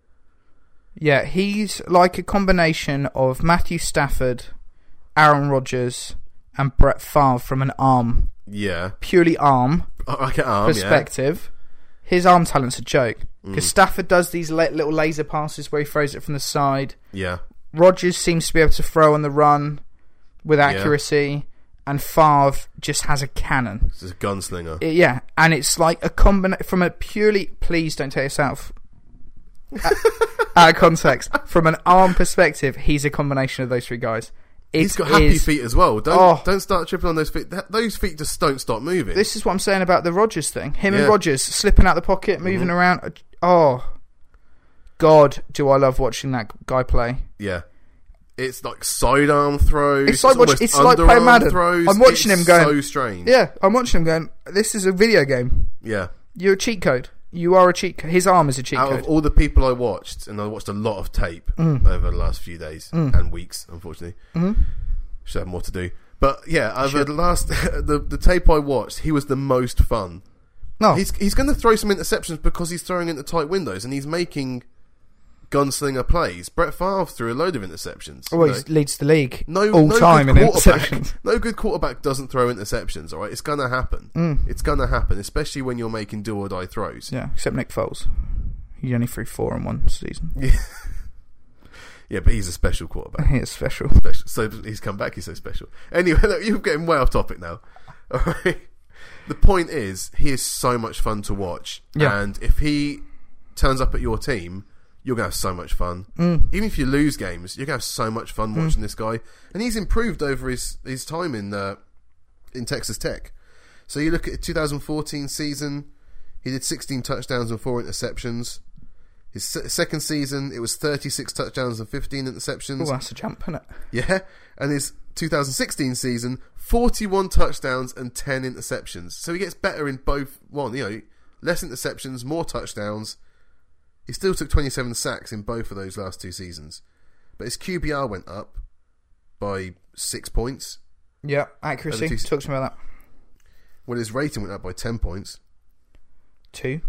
Speaker 2: yeah, he's like a combination of Matthew Stafford, Aaron Rodgers, and Brett Favre from an arm,
Speaker 1: Yeah,
Speaker 2: purely arm
Speaker 1: I I can arm.
Speaker 2: perspective. His arm talent's a joke
Speaker 1: Mm.
Speaker 2: because Stafford does these la- little laser passes where he throws it from the side.
Speaker 1: Yeah,
Speaker 2: Rodgers seems to be able to throw on the run with accuracy, and Favre just has a cannon.
Speaker 1: yeah, it's a gunslinger.
Speaker 2: I- yeah, and it's like a combination from a purely please don't take this out
Speaker 1: (laughs)
Speaker 2: of, out of context. From an arm perspective, he's a combination of those three guys. It
Speaker 1: He's got happy
Speaker 2: is-
Speaker 1: feet as well. Don't
Speaker 2: Oh.
Speaker 1: don't start tripping on those feet. That, those feet just don't stop moving.
Speaker 2: This is what I'm saying about the Rogers thing. Him
Speaker 1: Yeah. Mm-hmm.
Speaker 2: and Rogers slipping out the pocket, moving around. Oh, God, do I love watching that guy play?
Speaker 1: yeah. It's like sidearm throws.
Speaker 2: It's like watch-
Speaker 1: almost
Speaker 2: it's like playing
Speaker 1: underarm
Speaker 2: Madden.
Speaker 1: Throws.
Speaker 2: I'm watching
Speaker 1: It's
Speaker 2: him going-
Speaker 1: So strange.
Speaker 2: Yeah, I'm watching him going. This is a video game.
Speaker 1: yeah.
Speaker 2: You're a cheat code. You are a cheat. Co- His arm is a cheat
Speaker 1: out
Speaker 2: code.
Speaker 1: of all the people I watched, and I watched a lot of tape
Speaker 2: Mm.
Speaker 1: over the last few days and weeks, unfortunately.
Speaker 2: Mhm.
Speaker 1: Should have more to do. But yeah, over
Speaker 2: should.
Speaker 1: the last (laughs) the the tape I watched, he was the most fun.
Speaker 2: no,
Speaker 1: He's he's going to throw some interceptions because he's throwing into tight windows and he's making gunslinger plays. Brett Favre threw a load of interceptions. you know?
Speaker 2: always leads the league
Speaker 1: No,
Speaker 2: all
Speaker 1: no
Speaker 2: time in
Speaker 1: good quarterback.
Speaker 2: interceptions.
Speaker 1: (laughs) No good quarterback doesn't throw interceptions. All right, it's gonna happen. It's gonna happen, especially when you're making do or die throws.
Speaker 2: (laughs) Mm. Yeah, except Nick Foles. He only threw four in one season. (laughs)
Speaker 1: yeah but he's a special quarterback.
Speaker 2: He is special.
Speaker 1: special. So he's come back. He's so special. Anyway, (laughs) look, you're getting way off topic now. (laughs) All right. The point is, he is so much fun to watch.
Speaker 2: Yeah.
Speaker 1: And if he turns up at your team, you're gonna have so much fun. Mm. Even if you lose games, you're gonna have so much fun
Speaker 2: Mm.
Speaker 1: watching this guy. And he's improved over his his time in uh, in Texas Tech. So you look at the 2014 season, he did 16 touchdowns and four interceptions. His se- second season, it was 36 touchdowns and 15 interceptions.
Speaker 2: Oh, that's a jump, isn't it?
Speaker 1: Yeah, and his 2016 season, 41 touchdowns and 10 interceptions. So he gets better in both. One, you know, less interceptions, more touchdowns. He still took 27 sacks in both of those last two seasons, but his QBR went up by six points,
Speaker 2: Yeah,
Speaker 1: Over
Speaker 2: accuracy.
Speaker 1: two-
Speaker 2: Talk to me about that.
Speaker 1: while his rating went up by 10 points.
Speaker 2: Two.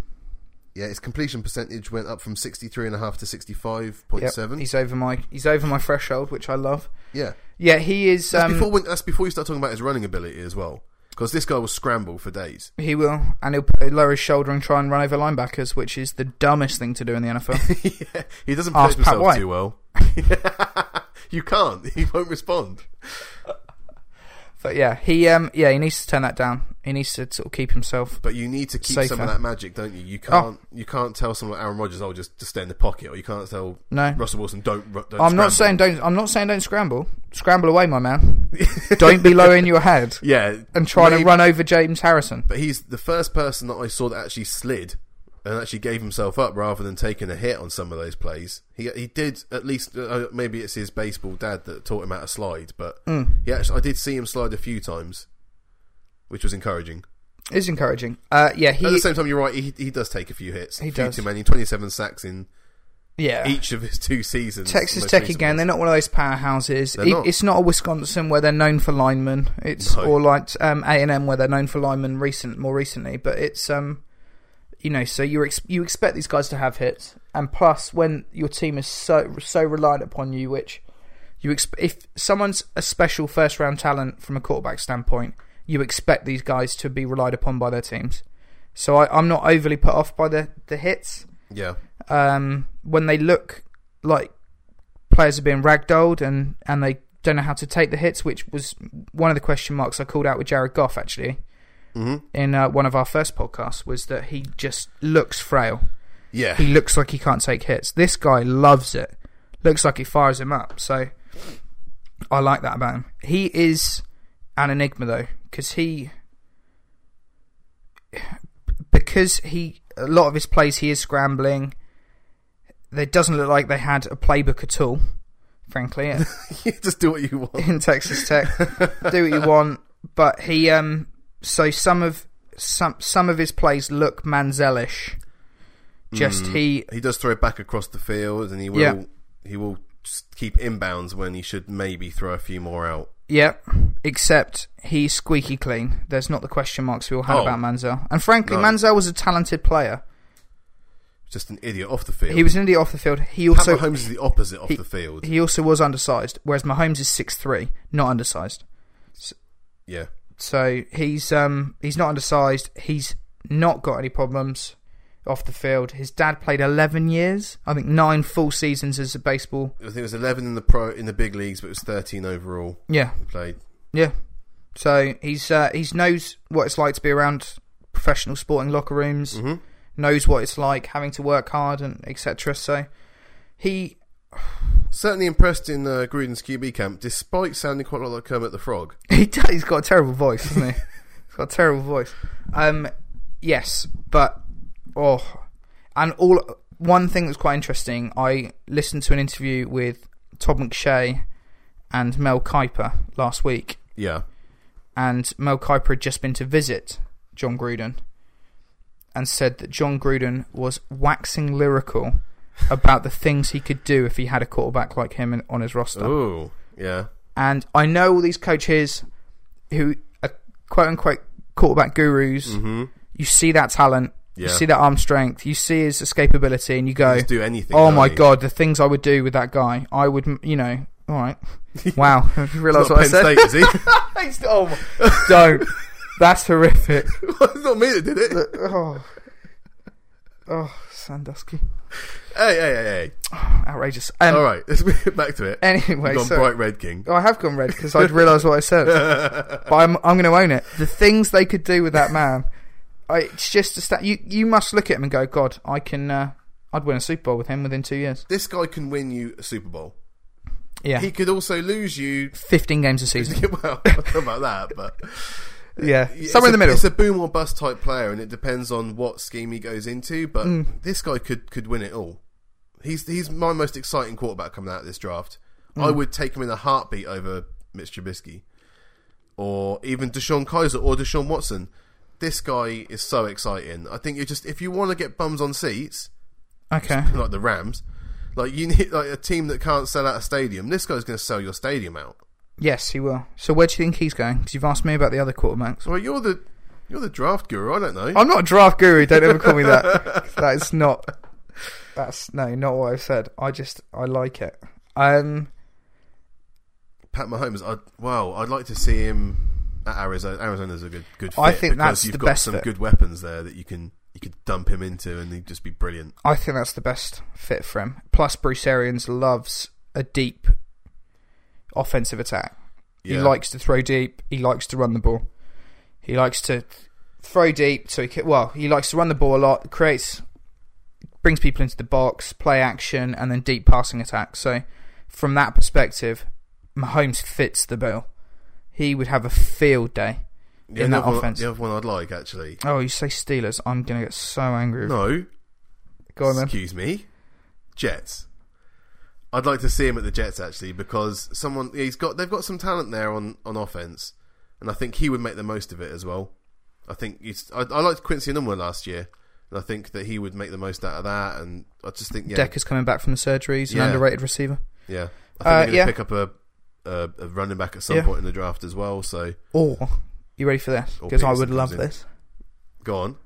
Speaker 1: Yeah, his completion percentage went up from 63.5 to
Speaker 2: Yep.
Speaker 1: 65.7.
Speaker 2: He's over my he's over my threshold, which I love.
Speaker 1: yeah.
Speaker 2: Yeah, he is.
Speaker 1: That's,
Speaker 2: Um,
Speaker 1: before when, that's before you start talking about his running ability as well, because this guy will scramble for days.
Speaker 2: He will, and he'll put- lower his shoulder and try and run over linebackers, which is the dumbest thing to do in the
Speaker 1: (laughs)
Speaker 2: NFL.
Speaker 1: yeah, he doesn't
Speaker 2: Ask
Speaker 1: protect
Speaker 2: Pat
Speaker 1: himself
Speaker 2: White.
Speaker 1: too
Speaker 2: (laughs)
Speaker 1: well. you can't. He won't respond.
Speaker 2: but yeah, he um yeah he needs to turn that down. He needs to sort of keep himself.
Speaker 1: But you need to keep some
Speaker 2: Safer. Oh.
Speaker 1: of that magic, don't you? You can't. You can't tell someone like Aaron Rodgers, "Oh, just, just stay in the pocket," or you can't tell
Speaker 2: No,
Speaker 1: Russell Wilson, "Don't." ru- don't
Speaker 2: I'm not saying
Speaker 1: scramble."
Speaker 2: don't. I'm not saying don't scramble. Scramble away, my man. (laughs) don't be low in your head
Speaker 1: (laughs) Yeah,
Speaker 2: and try to
Speaker 1: maybe-
Speaker 2: run over James Harrison.
Speaker 1: But he's the first person that I saw that actually slid and actually gave himself up rather than taking a hit on some of those plays. He he did at least uh, maybe it's his baseball dad that taught him how to slide, but
Speaker 2: Mm.
Speaker 1: he actually I did see him slide a few times, which was encouraging.
Speaker 2: It's encouraging. Uh, yeah,
Speaker 1: At the
Speaker 2: he
Speaker 1: same time, you're right. He, he does take a few hits.
Speaker 2: He
Speaker 1: a few
Speaker 2: does.
Speaker 1: Too many. Twenty-seven sacks in
Speaker 2: yeah.
Speaker 1: each of his two seasons.
Speaker 2: Texas
Speaker 1: most
Speaker 2: Tech
Speaker 1: recent
Speaker 2: again.
Speaker 1: ones.
Speaker 2: They're not one of those powerhouses.
Speaker 1: They're
Speaker 2: E-
Speaker 1: not.
Speaker 2: It's not a Wisconsin where they're known for linemen. It's
Speaker 1: No.
Speaker 2: or like um, A and M where they're known for linemen recent, more recently. But it's um, you know, so you ex- you expect these guys to have hits, and plus when your team is so so reliant upon you, which you exp- if someone's a special first round talent from a quarterback standpoint, you expect these guys to be relied upon by their teams. So I, I'm not overly put off by the the hits
Speaker 1: Yeah,
Speaker 2: um, when they look like players are being ragdolled and, and they don't know how to take the hits, which was one of the question marks I called out with Jared Goff actually
Speaker 1: Mhm.
Speaker 2: in uh, one of our first podcasts was that he just looks frail.
Speaker 1: yeah.
Speaker 2: He looks like he can't take hits. This guy loves it. Looks like he fires him up. So I like that about him. He is an enigma though, because he because he a lot of his plays he is scrambling. It doesn't look like they had a playbook at all, frankly, at-
Speaker 1: (laughs) You Just do what you want.
Speaker 2: (laughs) in Texas Tech. Do what you want, but he um so some of some some of his plays look Manzelish. Just he
Speaker 1: He does throw it back across the field, and he will.
Speaker 2: Yeah.
Speaker 1: He will s- keep inbounds when he should maybe throw a few more out.
Speaker 2: Yep. Except he's squeaky clean. There's not the question marks we all had
Speaker 1: Oh.
Speaker 2: about Manziel. And frankly,
Speaker 1: No.
Speaker 2: Manziel was a talented player.
Speaker 1: Just an idiot off the field.
Speaker 2: He was an idiot off the field. He
Speaker 1: Pat
Speaker 2: also
Speaker 1: Mahomes is the opposite off
Speaker 2: he-
Speaker 1: the field.
Speaker 2: he also was undersized, whereas Mahomes is six three, not undersized.
Speaker 1: yeah,
Speaker 2: So he's um he's not undersized. He's not got any problems off the field. His dad played eleven years. I think nine full seasons as a baseball.
Speaker 1: I think it was 11 in the pro in the big leagues, but it was 13 overall.
Speaker 2: Yeah,
Speaker 1: He played.
Speaker 2: yeah. So he's uh, he's knows what it's like to be around professional sporting locker rooms.
Speaker 1: Mhm.
Speaker 2: Knows what it's like having to work hard and etc. So he (laughs)
Speaker 1: Certainly impressed in uh, Gruden's QB camp, despite sounding quite a lot like Kermit the Frog.
Speaker 2: He does. He's got a terrible voice, doesn't he? he's got a terrible voice. Um, yes, but oh, and all one thing that's quite interesting. I listened to an interview with Todd McShay and Mel Kiper last week,
Speaker 1: Yeah,
Speaker 2: and Mel Kiper had just been to visit John Gruden, and said that John Gruden was waxing lyrical about the things he could do if he had a quarterback like him in, on his roster.
Speaker 1: Ooh, yeah.
Speaker 2: And I know all these coaches who are quote unquote quarterback gurus.
Speaker 1: Mm-hmm.
Speaker 2: You see that talent,
Speaker 1: Yeah.
Speaker 2: you see that arm strength, you see his escapability, and you go,
Speaker 1: Just do anything.
Speaker 2: "Oh
Speaker 1: can't
Speaker 2: my
Speaker 1: he?
Speaker 2: god, the things I would do with that guy! I would, m- you know,
Speaker 1: (laughs)
Speaker 2: all right, wow, (laughs) have you
Speaker 1: It's
Speaker 2: realised
Speaker 1: not
Speaker 2: what I
Speaker 1: Penn
Speaker 2: said?
Speaker 1: State, is he? (laughs)
Speaker 2: It's- oh, my- don't. That's horrific.
Speaker 1: it's not me that did it.
Speaker 2: Oh, oh, Sandusky,
Speaker 1: Hey, hey, hey, hey.
Speaker 2: outrageous. Um,
Speaker 1: All right, let's move back to it.
Speaker 2: Anyway,
Speaker 1: You've gone
Speaker 2: so
Speaker 1: bright red king.
Speaker 2: I have gone red because I'd realised what I said.
Speaker 1: (laughs)
Speaker 2: but I'm, I'm going to own it. The things they could do with that man, I, it's just a stat. You you must look at him and go, God, I can. Uh, I'd win a Super Bowl with him within two years.
Speaker 1: This guy can win you a Super Bowl.
Speaker 2: Yeah,
Speaker 1: He could also lose you. (laughs)
Speaker 2: fifteen games a season.
Speaker 1: Well, (laughs) I don't know about that, but
Speaker 2: yeah,
Speaker 1: it's
Speaker 2: somewhere in
Speaker 1: a-
Speaker 2: the middle.
Speaker 1: It's a boom or bust type player, and it depends on what scheme he goes into. But
Speaker 2: Hmm.
Speaker 1: this guy could could win it all. He's he's my most exciting quarterback coming out of this draft.
Speaker 2: Hmm.
Speaker 1: I would take him in a heartbeat over Mitch Trubisky, or even Deshaun Kaiser or Deshaun Watson. This guy is so exciting. I think you just if you want to get bums on seats
Speaker 2: okay,
Speaker 1: like the Rams, like you need like a team that can't sell out a stadium. This guy's going to sell your stadium out.
Speaker 2: yes, he will. So where do you think he's going? Because you've asked me about the other quarterbacks.
Speaker 1: Well, you're the you're the draft guru. I don't know.
Speaker 2: I'm not a draft guru. Don't ever call me that. that is not. That's no, not what I've said. I just I like it. Um,
Speaker 1: Pat Mahomes, I'd, wow, I'd like to see him at Arizona. Arizona's a good, good. Fit
Speaker 2: I think
Speaker 1: because
Speaker 2: that's
Speaker 1: you've
Speaker 2: the
Speaker 1: got
Speaker 2: best
Speaker 1: some
Speaker 2: fit.
Speaker 1: good weapons there that you can you could dump him into, and he'd just be brilliant.
Speaker 2: I think that's the best fit for him. Plus, Bruce Arians loves a deep offensive attack. He
Speaker 1: Yeah.
Speaker 2: likes to throw deep. He likes to run the ball. He likes to throw deep. So he can, well, he likes to run the ball a lot. Creates, brings people into the box, play action, and then deep passing attack. So from that perspective, Mahomes fits the bill. He would have a field day.
Speaker 1: The
Speaker 2: in that
Speaker 1: other one-
Speaker 2: offense.
Speaker 1: The other one I'd like actually.
Speaker 2: Oh, you say Steelers? I'm gonna get so angry.
Speaker 1: No,
Speaker 2: Go on then.
Speaker 1: excuse me, Jets. I'd like to see him at the Jets actually because someone he's got they've got some talent there on on offense, and I think he would make the most of it as well. I think he's, I, I liked Quincy Number last year, and I think that he would make the most out of that. And I just think yeah,
Speaker 2: Decker's coming back from the surgery. He's
Speaker 1: Yeah.
Speaker 2: an underrated receiver.
Speaker 1: Yeah, I think
Speaker 2: Uh,
Speaker 1: they're going to
Speaker 2: yeah.
Speaker 1: pick up a, a a running back at some
Speaker 2: Yeah.
Speaker 1: point in the draft as well. So
Speaker 2: Or
Speaker 1: Oh.
Speaker 2: you ready for this?
Speaker 1: Or
Speaker 2: Because I
Speaker 1: Peterson
Speaker 2: would love
Speaker 1: Oh, comes in.
Speaker 2: this.
Speaker 1: go on,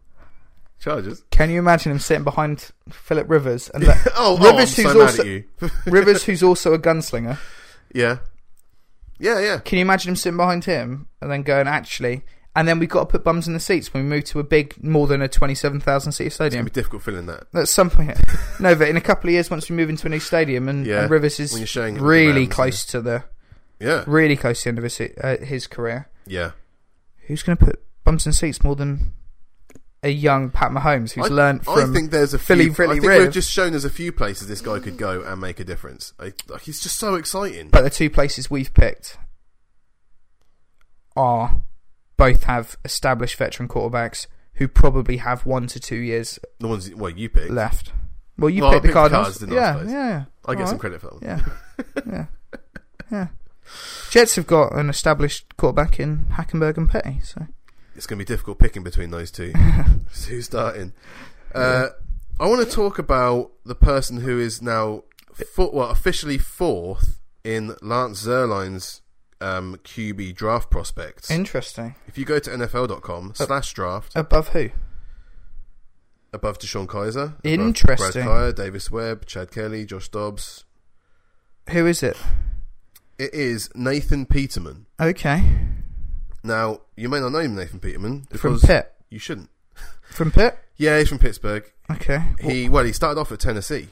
Speaker 1: Chargers.
Speaker 2: Can you imagine him sitting behind Philip
Speaker 1: (laughs)
Speaker 2: Rivers and let,
Speaker 1: Oh, oh, I'm
Speaker 2: Rivers,
Speaker 1: so
Speaker 2: who's
Speaker 1: mad
Speaker 2: also-
Speaker 1: at you.
Speaker 2: Rivers, who's also a gunslinger?
Speaker 1: yeah, yeah, yeah.
Speaker 2: Can you imagine him sitting behind him and then going, actually? And then we've got to put bums in the seats when we move to a big, more than a twenty-seven thousand seat
Speaker 1: It's going
Speaker 2: stadium.
Speaker 1: to be difficult filling that
Speaker 2: At some point, (laughs) no, but in a couple of years, once we move into a new stadium, and,
Speaker 1: Yeah,
Speaker 2: and Rivers
Speaker 1: when you're
Speaker 2: is
Speaker 1: showing it with the
Speaker 2: really
Speaker 1: Rams,
Speaker 2: close to the
Speaker 1: Yeah,
Speaker 2: really close to the end of his uh, his career,
Speaker 1: yeah.
Speaker 2: who's going to put bums in seats more than a young Pat Mahomes, who's learned
Speaker 1: I
Speaker 2: from?
Speaker 1: think there's a
Speaker 2: Philly,
Speaker 1: few,
Speaker 2: Philly
Speaker 1: I think
Speaker 2: Riv.
Speaker 1: we've just shown there's a few places this guy could go and make a difference. I, like, he's just so exciting.
Speaker 2: but the two places we've picked are both have established veteran quarterbacks who probably have one to two years
Speaker 1: The ones well you pick,
Speaker 2: left. Well, you
Speaker 1: Well, I
Speaker 2: picked the
Speaker 1: picked the
Speaker 2: Cardinals.
Speaker 1: Cards, didn't I, I
Speaker 2: yeah,
Speaker 1: suppose?
Speaker 2: yeah, yeah.
Speaker 1: I get
Speaker 2: All
Speaker 1: some
Speaker 2: right.
Speaker 1: credit for that. One.
Speaker 2: Yeah, yeah, yeah. Jets have got an established quarterback in Hackenberg and Petty. So
Speaker 1: It's going to be difficult picking between those
Speaker 2: (laughs)
Speaker 1: two. Who's starting? Uh, I want to talk about the person who is now four, well, officially fourth in Lance Zerline's um, QB draft prospects.
Speaker 2: Interesting.
Speaker 1: if you go to NFL.com
Speaker 2: Oh.
Speaker 1: slash draft,
Speaker 2: Above who?
Speaker 1: above Deshaun Kaiser, above
Speaker 2: Interesting.
Speaker 1: Brad Kyer, Davis Webb, Chad Kelly, Josh Dobbs,
Speaker 2: Who is it?
Speaker 1: it is Nathan Peterman.
Speaker 2: Okay.
Speaker 1: Now, you may not know him, Nathan Peterman,
Speaker 2: From
Speaker 1: because
Speaker 2: Pitt.
Speaker 1: you shouldn't.
Speaker 2: From Pitt?
Speaker 1: Yeah, he's from Pittsburgh.
Speaker 2: Okay. Well,
Speaker 1: He well, he started off at Tennessee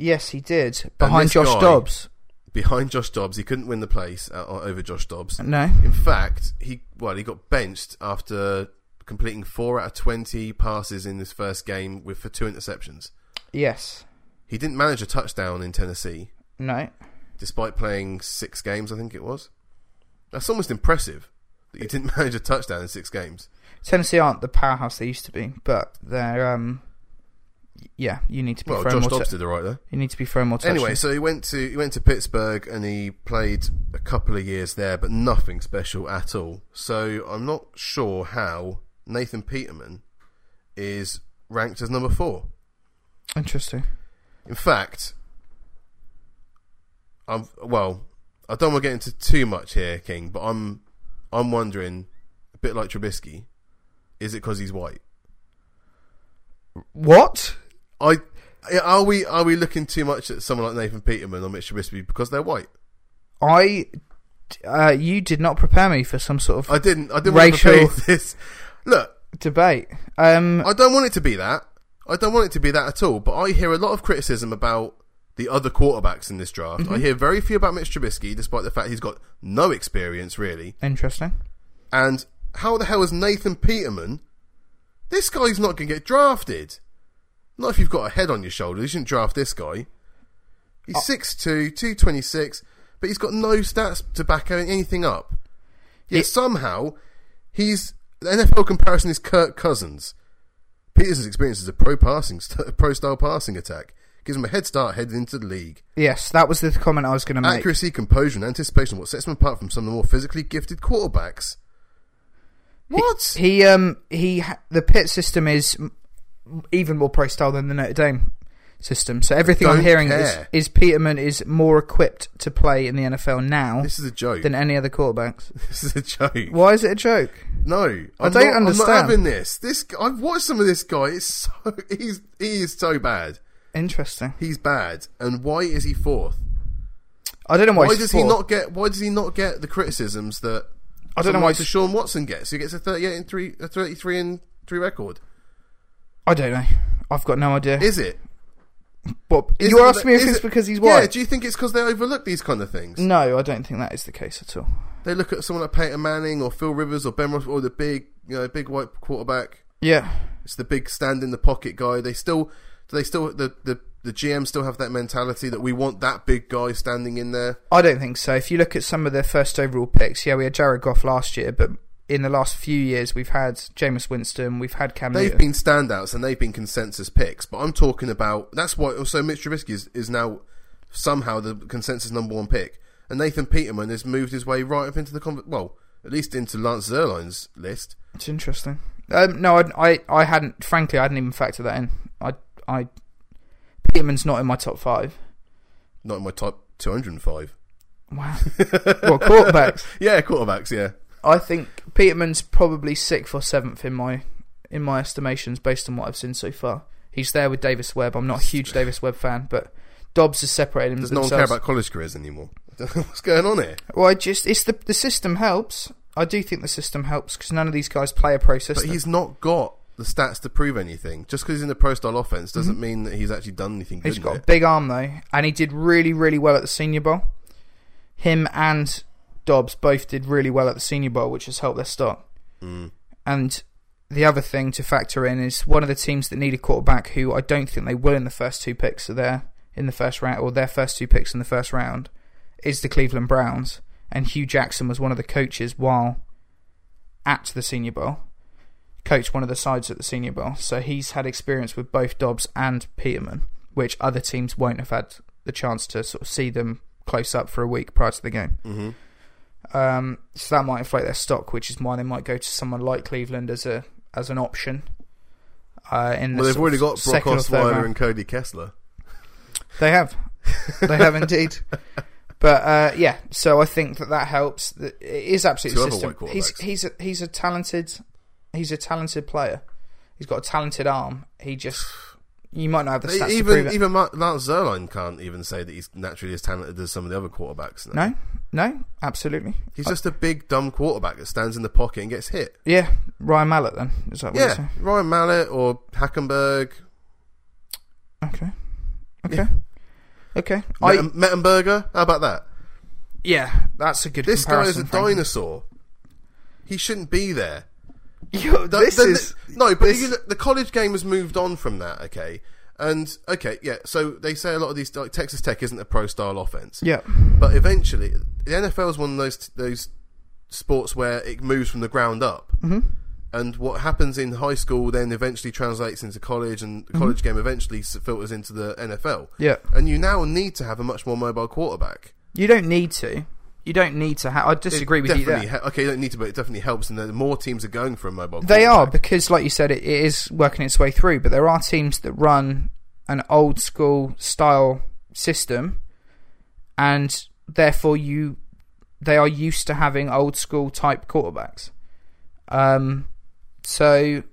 Speaker 2: yes, he did. Behind
Speaker 1: this
Speaker 2: Josh
Speaker 1: guy-
Speaker 2: Dobbs.
Speaker 1: behind Josh Dobbs. He couldn't win the place uh, over Josh Dobbs.
Speaker 2: No.
Speaker 1: In fact, he well, he got benched after completing four out of twenty passes in his first game with for two interceptions.
Speaker 2: Yes.
Speaker 1: He didn't manage a touchdown in Tennessee,
Speaker 2: No.
Speaker 1: despite playing six games. I think it was. That's almost impressive that you didn't (laughs) manage a touchdown in six games.
Speaker 2: Tennessee aren't the powerhouse they used to be, but they're um yeah, you need to be
Speaker 1: Well,
Speaker 2: throwing
Speaker 1: Josh
Speaker 2: more
Speaker 1: Dobbs
Speaker 2: tou-
Speaker 1: did all right there.
Speaker 2: you need to be throwing more touchdowns.
Speaker 1: Anyway, so he went to he went to Pittsburgh and he played a couple of years there, but nothing special at all. So I'm not sure how Nathan Peterman is ranked as number four.
Speaker 2: Interesting.
Speaker 1: In fact, I'm well. I don't want to get into too much here, King, but I'm I'm wondering a bit like Trubisky, is it because he's white?
Speaker 2: What?
Speaker 1: I are we are we looking too much at someone like Nathan Peterman or Mitch Trubisky because they're white?
Speaker 2: I uh, you did not prepare me for some sort of
Speaker 1: I didn't. I didn't
Speaker 2: Racial-
Speaker 1: want to repeat this. Look,
Speaker 2: debate. Um
Speaker 1: I don't want it to be that. I don't want it to be that at all. But I hear a lot of criticism about the other quarterbacks in this draft. I hear very few about Mitch Trubisky, despite the fact he's got no experience really.
Speaker 2: interesting.
Speaker 1: And how the hell is Nathan Peterman? This guy's not going to get drafted. Not if you've got a head on your shoulder. You shouldn't draft this guy. He's 6'2", 226, but he's got no stats to back anything up. Yet
Speaker 2: It-
Speaker 1: somehow, he's the NFL comparison is Kirk Cousins. Peterson's experience is a pro passing, (laughs) pro style passing attack. Gives him a head start heading into the league.
Speaker 2: Yes, that was the comment I was going to make.
Speaker 1: Accuracy, composure, and anticipation are what sets him apart from some of the more physically gifted quarterbacks. What?
Speaker 2: He um he ha- the pit system is m- even more pro style than the Notre Dame system. So everything I'm
Speaker 1: don't
Speaker 2: hearing is,
Speaker 1: care.
Speaker 2: is Peterman is more equipped to play in the NFL now
Speaker 1: This is a joke.
Speaker 2: than any other quarterbacks.
Speaker 1: This is a joke.
Speaker 2: Why is it a joke?
Speaker 1: No, I'm
Speaker 2: I don't
Speaker 1: not, I'm
Speaker 2: understand.
Speaker 1: not having this. This g- I've watched some of this guy. It's so (laughs) he's he is so bad.
Speaker 2: Interesting.
Speaker 1: He's bad. And why is he fourth?
Speaker 2: I don't know why,
Speaker 1: Why
Speaker 2: he's
Speaker 1: does he
Speaker 2: fourth.
Speaker 1: not get? Why does he not get the criticisms that?
Speaker 2: I don't know
Speaker 1: someone
Speaker 2: why
Speaker 1: like
Speaker 2: he's-
Speaker 1: Deshaun Watson gets. He gets a 38 and three, a 33 and three record.
Speaker 2: I don't know. I've got no idea.
Speaker 1: Is it?
Speaker 2: Bob,
Speaker 1: Is
Speaker 2: you're
Speaker 1: it-
Speaker 2: asking me if
Speaker 1: is
Speaker 2: it's
Speaker 1: it-
Speaker 2: because he's
Speaker 1: Yeah.
Speaker 2: white.
Speaker 1: Do you think it's because they overlook these kind of things?
Speaker 2: no, I don't think that is the case at all.
Speaker 1: They look at someone like Peyton Manning or Phil Rivers or Ben Ross or the big, you know, big white quarterback.
Speaker 2: Yeah.
Speaker 1: It's the big stand in the pocket guy. They still, do they still, the, the, the GM still have that mentality that we want that big guy standing in there.
Speaker 2: I don't think so. If you look at some of their first overall picks, yeah, we had Jared Goff last year, but in the last few years, we've had Jameis Winston, we've had Cam
Speaker 1: They've
Speaker 2: Newton.
Speaker 1: been standouts and they've been consensus picks, but I'm talking about that's why also Mitch Trubisky is, is now somehow the consensus number one pick, and Nathan Peterman has moved his way right up into the con- well, at least into Lance Zerline's list.
Speaker 2: It's interesting. Um, no, I, I, I hadn't. Frankly, I hadn't even factored that in. I, I, Peterman's not in my top five.
Speaker 1: Not in my top 205. (laughs)
Speaker 2: Wow. well, quarterbacks.
Speaker 1: Yeah, quarterbacks. Yeah,
Speaker 2: I think Peterman's probably sixth or seventh in my, in my estimations based on what I've seen so far. He's there with Davis Webb. I'm not a huge Davis Webb fan, but Dobbs has separated him.
Speaker 1: does no one
Speaker 2: themselves.
Speaker 1: care about college careers
Speaker 2: (laughs)
Speaker 1: anymore? (laughs) What's going on here?
Speaker 2: Well, I just it's the the system helps. I do think the system helps because none of these guys play a pro
Speaker 1: But
Speaker 2: system.
Speaker 1: he's not got the stats to prove anything. Just because he's in the pro style offense doesn't mean that he's actually done anything good.
Speaker 2: Mm-hmm. He's
Speaker 1: in
Speaker 2: got a
Speaker 1: it.
Speaker 2: big arm though, and he did really, really well at the Senior Bowl. Him and Dobbs both did really well at the Senior Bowl, which has helped their stock. And the other thing to factor in is one of the teams that need a quarterback who I don't think they will in the first two picks of their in the first round or their first two picks in the first round is the Cleveland Browns. And Hugh Jackson was one of the coaches while at the Senior Bowl. Coached one of the sides at the Senior Bowl. So he's had experience with both Dobbs and Peterman, which other teams won't have had the chance to sort of see them close up for a week prior to the game.
Speaker 1: Mhm.
Speaker 2: Um, so that might inflate their stock, which is why they might go to someone like Cleveland as a as an option. Uh, in the
Speaker 1: Well, they've
Speaker 2: sort
Speaker 1: already
Speaker 2: of
Speaker 1: got Brock
Speaker 2: second or third
Speaker 1: Osweiler
Speaker 2: round.
Speaker 1: and Cody Kessler.
Speaker 2: They have. They
Speaker 1: (laughs)
Speaker 2: have indeed. But uh, yeah, so I think that that helps. That- It is absolutely
Speaker 1: Two other
Speaker 2: system.
Speaker 1: white
Speaker 2: He's
Speaker 1: quarterbacks.
Speaker 2: he's a, he's a talented he's a talented player. He's got a talented arm. He just you might not have the stats to prove
Speaker 1: E, even
Speaker 2: it.
Speaker 1: even Mar- Lance Zerline can't even say that he's naturally as talented as some of the other quarterbacks. now.
Speaker 2: no, no, absolutely.
Speaker 1: he's just a big dumb quarterback that stands in the pocket and gets hit.
Speaker 2: Yeah, Ryan Mallett. Then is that what you're
Speaker 1: Yeah,
Speaker 2: saying?
Speaker 1: Ryan Mallett or Hackenberg,
Speaker 2: Okay, okay, okay. I
Speaker 1: Metten- Mettenberger. How about that?
Speaker 2: yeah, that's a good.
Speaker 1: This guy is a
Speaker 2: comparison, frankly.
Speaker 1: dinosaur. He shouldn't be there.
Speaker 2: Yo,
Speaker 1: The-
Speaker 2: this
Speaker 1: the- the-
Speaker 2: is
Speaker 1: no, but
Speaker 2: this-
Speaker 1: you look- the college game has moved on from that. Okay, and okay, yeah. So they say a lot of these like Texas Tech isn't a pro style offense.
Speaker 2: yeah,
Speaker 1: But eventually, the NFL is one of those those sports where it moves from the ground up.
Speaker 2: Mm-hmm.
Speaker 1: And what happens in high school then eventually translates into college, and
Speaker 2: Mm-hmm.
Speaker 1: the college game eventually s- filters into the NFL.
Speaker 2: yeah.
Speaker 1: And you now need to have a much more mobile quarterback.
Speaker 2: You don't need to. You don't need to. Ha- I
Speaker 1: It
Speaker 2: disagree with you
Speaker 1: definitely
Speaker 2: there.
Speaker 1: he- okay, you don't need to, but it definitely helps. And then more teams are going for a mobile.
Speaker 2: They are
Speaker 1: quarterback.
Speaker 2: because, like you said, it, it is working its way through. But there are teams that run an old school style system, and therefore you they are used to having old school type quarterbacks. Um, so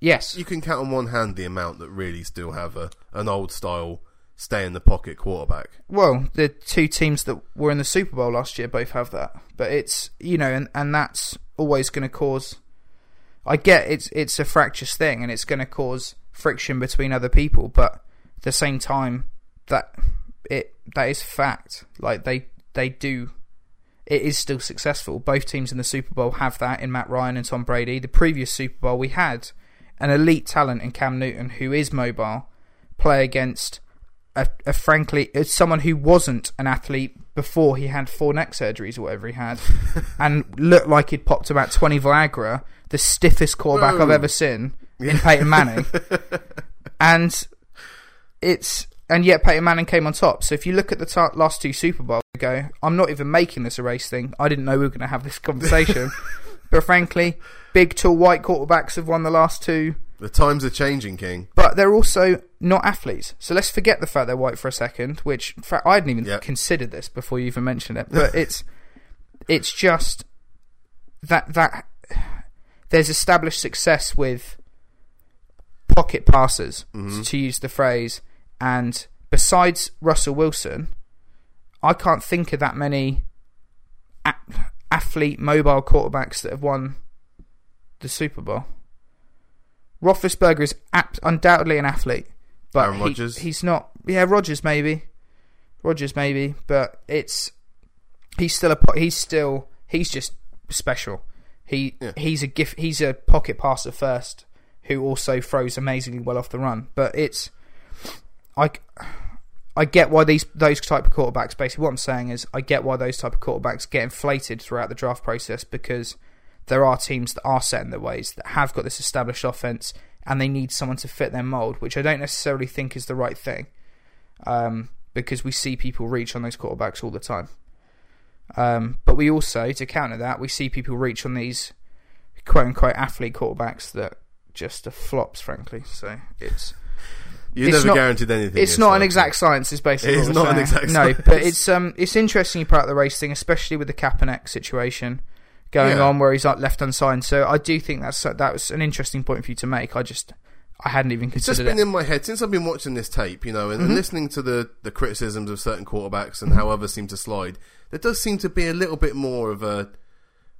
Speaker 2: yes,
Speaker 1: You can count on one hand the amount that really still have a an old style stay in the pocket quarterback.
Speaker 2: well, the two teams that were in the Super Bowl last year both have that, but it's you know, and and that's always going to cause. I get it's it's a fractious thing, and it's going to cause friction between other people, but at the same time, that it that is fact. Like they they do, it is still successful. Both teams in the Super Bowl have that in Matt Ryan and Tom Brady. The previous Super Bowl we had an elite talent in Cam Newton who is mobile play against a, a frankly it's someone who wasn't an athlete before he had four neck surgeries or whatever he had, and looked like he'd popped about twenty Viagra, the stiffest quarterback I've
Speaker 1: Whoa.
Speaker 2: ever seen in Peyton Manning, and it's and yet Peyton Manning came on top. So if you look at the ta last two Super Bowls, you go, I'm not even making this a race thing. I didn't know we were going to have this conversation, but frankly, big tall white quarterbacks have won the last two
Speaker 1: The times are changing, King.
Speaker 2: but they're also not athletes. So let's forget the fact they're white for a second, which in fact, I hadn't even
Speaker 1: Yeah.
Speaker 2: considered this before you even mentioned it. But it's (laughs) it's just that that there's established success with pocket passes, to use the phrase. And besides Russell Wilson, I can't think of that many a- athlete mobile quarterbacks that have won the Super Bowl. Roethlisberger is ap- undoubtedly an athlete, but
Speaker 1: Aaron
Speaker 2: he-
Speaker 1: Rodgers.
Speaker 2: he's not. Yeah, Rogers maybe, Rogers maybe, but it's he's still a po- he's still he's just special. He
Speaker 1: Yeah.
Speaker 2: he's a gift. He's a pocket passer first, who also throws amazingly well off the run. But it's I c- I get why these those type of quarterbacks. Basically, what I'm saying is I get why those type of quarterbacks get inflated throughout the draft process because there are teams that are set in their ways that have got this established offense and they need someone to fit their mold, which I don't necessarily think is the right thing. Um, because we see people reach on those quarterbacks all the time. Um, but we also, to counter that, we see people reach on these quote unquote athlete quarterbacks that just are flops, frankly. So it's
Speaker 1: You're
Speaker 2: It's
Speaker 1: never
Speaker 2: not-
Speaker 1: guaranteed anything.
Speaker 2: it's
Speaker 1: yourself.
Speaker 2: not an exact science. Is basically
Speaker 1: It
Speaker 2: what
Speaker 1: is
Speaker 2: we're
Speaker 1: not an
Speaker 2: saying.
Speaker 1: exact
Speaker 2: no,
Speaker 1: science.
Speaker 2: but it's um it's interesting part of the race thing, especially with the Kaepernick situation going
Speaker 1: Yeah.
Speaker 2: on where he's like left unsigned. So I do think that's uh, that was an interesting point for you to make. I just I hadn't even
Speaker 1: It's just
Speaker 2: considered
Speaker 1: been
Speaker 2: it.
Speaker 1: in my head since I've been watching this tape, you know, and,
Speaker 2: Mm-hmm.
Speaker 1: and listening to the, the criticisms of certain quarterbacks and how others seem to slide. There does seem to be a little bit more of a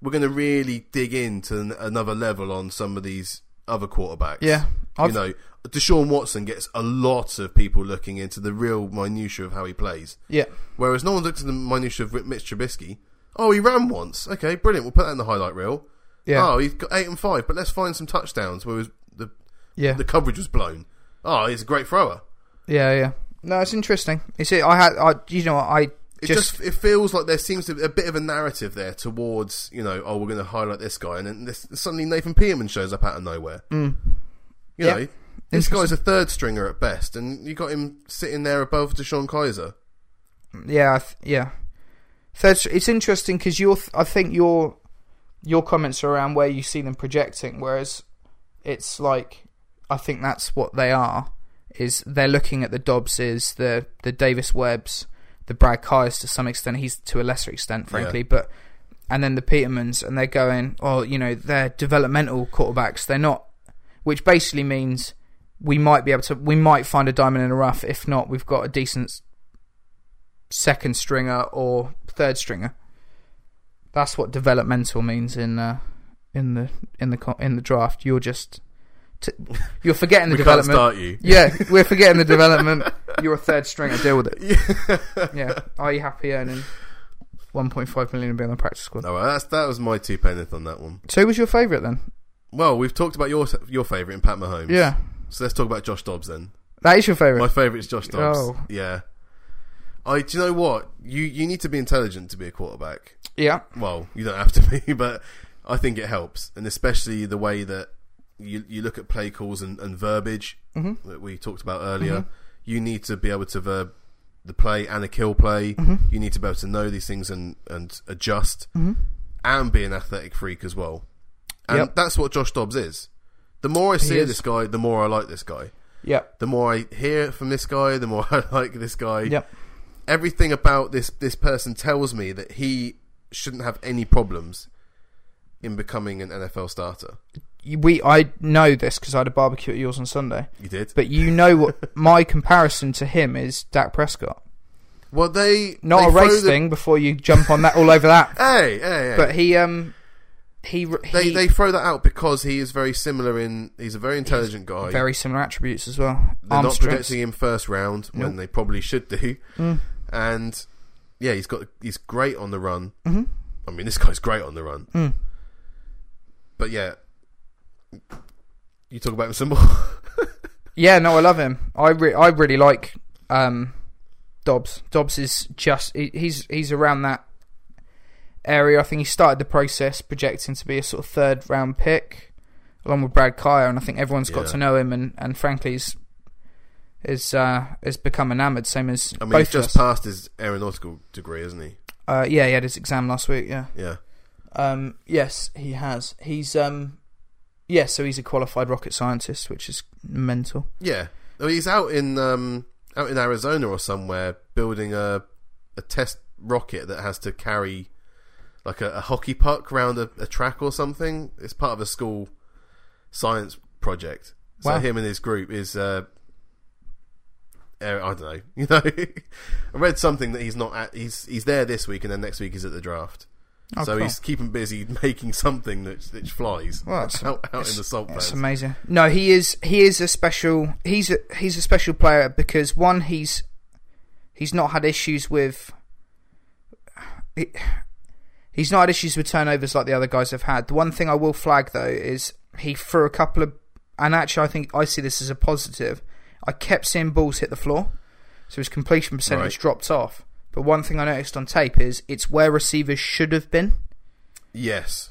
Speaker 1: we're going to really dig into an, another level on some of these other quarterbacks.
Speaker 2: Yeah, I've-
Speaker 1: you know, Deshaun Watson gets a lot of people looking into the real minutia of how he plays,
Speaker 2: Yeah,
Speaker 1: whereas no one looks at the minutia of Mitch Trubisky. Oh, he ran once. Okay, brilliant. We'll put that in the highlight reel.
Speaker 2: yeah,
Speaker 1: Oh, he's got eight and five, but let's find some touchdowns. Whereas the
Speaker 2: yeah.
Speaker 1: the coverage was blown. Oh, he's a great thrower.
Speaker 2: Yeah, yeah. No, it's interesting. You see, I had, I, you know, I
Speaker 1: It
Speaker 2: just,
Speaker 1: just, it feels like there seems to be a bit of a narrative there towards you know oh we're going to highlight this guy and then this, suddenly Nathan Peterman shows up out of nowhere. You
Speaker 2: Mm. Yeah.
Speaker 1: know this guy's a third stringer at best, and you got him sitting there above Deshaun Kaiser.
Speaker 2: yeah, I th- yeah. Third, str- it's interesting because your, th- I think your, your comments are around where you see them projecting, whereas it's like, I think that's what they are. is they're looking at the Dobbses, the the Davis Webbs, the Brad Kyers to some extent. He's to a lesser extent, frankly, but and then the Petermans, and they're going, oh, you know, they're developmental quarterbacks. They're not, which basically means we might be able to, we might find a diamond in the rough. If not, we've got a decent second stringer or third stringer. That's what developmental means in uh, in the in the co- in the draft. You're just t- you're forgetting the
Speaker 1: (laughs) We can't
Speaker 2: development.
Speaker 1: start you.
Speaker 2: Yeah, we're forgetting the development. You're a third stringer.
Speaker 1: (laughs)
Speaker 2: Deal with it. Yeah. Are you happy earning 1.5 million and being on the practice squad?
Speaker 1: No, well, that's that was my two penneth on that one.
Speaker 2: So who was your favourite then?
Speaker 1: Well, we've talked about your your favorite in Pat Mahomes.
Speaker 2: Yeah,
Speaker 1: So let's talk about Josh Dobbs then.
Speaker 2: that is your
Speaker 1: My
Speaker 2: favourite.
Speaker 1: favorite is Josh Dobbs.
Speaker 2: Oh.
Speaker 1: Yeah. I do you know what? You you need to be intelligent to be a quarterback.
Speaker 2: Yeah,
Speaker 1: Well, you don't have to be, (laughs) but I think it helps, and especially the way that you you look at play calls and, and verbiage
Speaker 2: Mm-hmm.
Speaker 1: that we talked about earlier. You need to be able to verb the play and a kill play.
Speaker 2: Mm-hmm.
Speaker 1: You need to be able to know these things and and adjust, and be an athletic freak as well. And
Speaker 2: Yep.
Speaker 1: that's what Josh Dobbs is. The more I see
Speaker 2: is.
Speaker 1: this guy, the more I like this guy
Speaker 2: yeah,
Speaker 1: the more I hear from this guy, the more (laughs) I like this guy.
Speaker 2: Yep.
Speaker 1: Everything about this this person tells me that he shouldn't have any problems in becoming an NFL starter.
Speaker 2: We I know this because I had a barbecue at yours on Sunday.
Speaker 1: You did,
Speaker 2: But you
Speaker 1: (laughs)
Speaker 2: know what? my comparison to him is Dak Prescott.
Speaker 1: well, they
Speaker 2: Not
Speaker 1: they
Speaker 2: a
Speaker 1: throw
Speaker 2: race
Speaker 1: the-
Speaker 2: thing before you jump on that all over
Speaker 1: (laughs)
Speaker 2: that.
Speaker 1: Hey, hey, hey.
Speaker 2: But he um he
Speaker 1: they
Speaker 2: he
Speaker 1: they throw that out because he is very similar in he's a very intelligent guy.
Speaker 2: very similar attributes as well.
Speaker 1: They're
Speaker 2: Arm
Speaker 1: not
Speaker 2: strength.
Speaker 1: projecting him first round when
Speaker 2: Nope. Mm.
Speaker 1: they probably should do, and yeah, he's got he's great on the run.
Speaker 2: Mhm.
Speaker 1: I mean, this guy's great on the run.
Speaker 2: Mm.
Speaker 1: But yeah, you talk about him some more.
Speaker 2: Yeah, no, I love him. I re- I really like um, Dobbs. Dobbs is just he, he's he's around that area. I think he started the process projecting to be a sort of third round pick, along with Brad Kyer, and I think everyone's got
Speaker 1: Yeah.
Speaker 2: to know him. And and frankly, is is uh, has become enamoured. Same as
Speaker 1: I mean,
Speaker 2: both
Speaker 1: he's just
Speaker 2: of us.
Speaker 1: passed his aeronautical degree, isn't he?
Speaker 2: uh, yeah, he had his exam last week. Yeah.
Speaker 1: Yeah,
Speaker 2: Um, yes, he has. He's um, yeah. So he's a qualified rocket scientist, which is mental.
Speaker 1: yeah. Well, he's out in um out in Arizona or somewhere building a a test rocket that has to carry like a, a hockey puck round a, a track or something. It's part of a school science project. So
Speaker 2: Wow.
Speaker 1: him and his group is uh, air- I don't know. (laughs) You know, I read something that he's not at. He's he's there this week, and then next week he's at the draft.
Speaker 2: Oh,
Speaker 1: so
Speaker 2: cool.
Speaker 1: he's keeping busy (laughs) making something that that flies
Speaker 2: Well,
Speaker 1: out,
Speaker 2: that's-
Speaker 1: out in the salt
Speaker 2: That's
Speaker 1: flats.
Speaker 2: amazing. No, he is he is a special he's a he's a special player because one he's he's not had issues with he, he's not had issues with turnovers like the other guys have had. The one thing I will flag though is he threw a couple of and actually I think I see this as a positive. I kept seeing balls hit the floor, so his completion percentage
Speaker 1: Right.
Speaker 2: dropped off. But one thing I noticed on tape is it's where receivers should have been.
Speaker 1: Yes.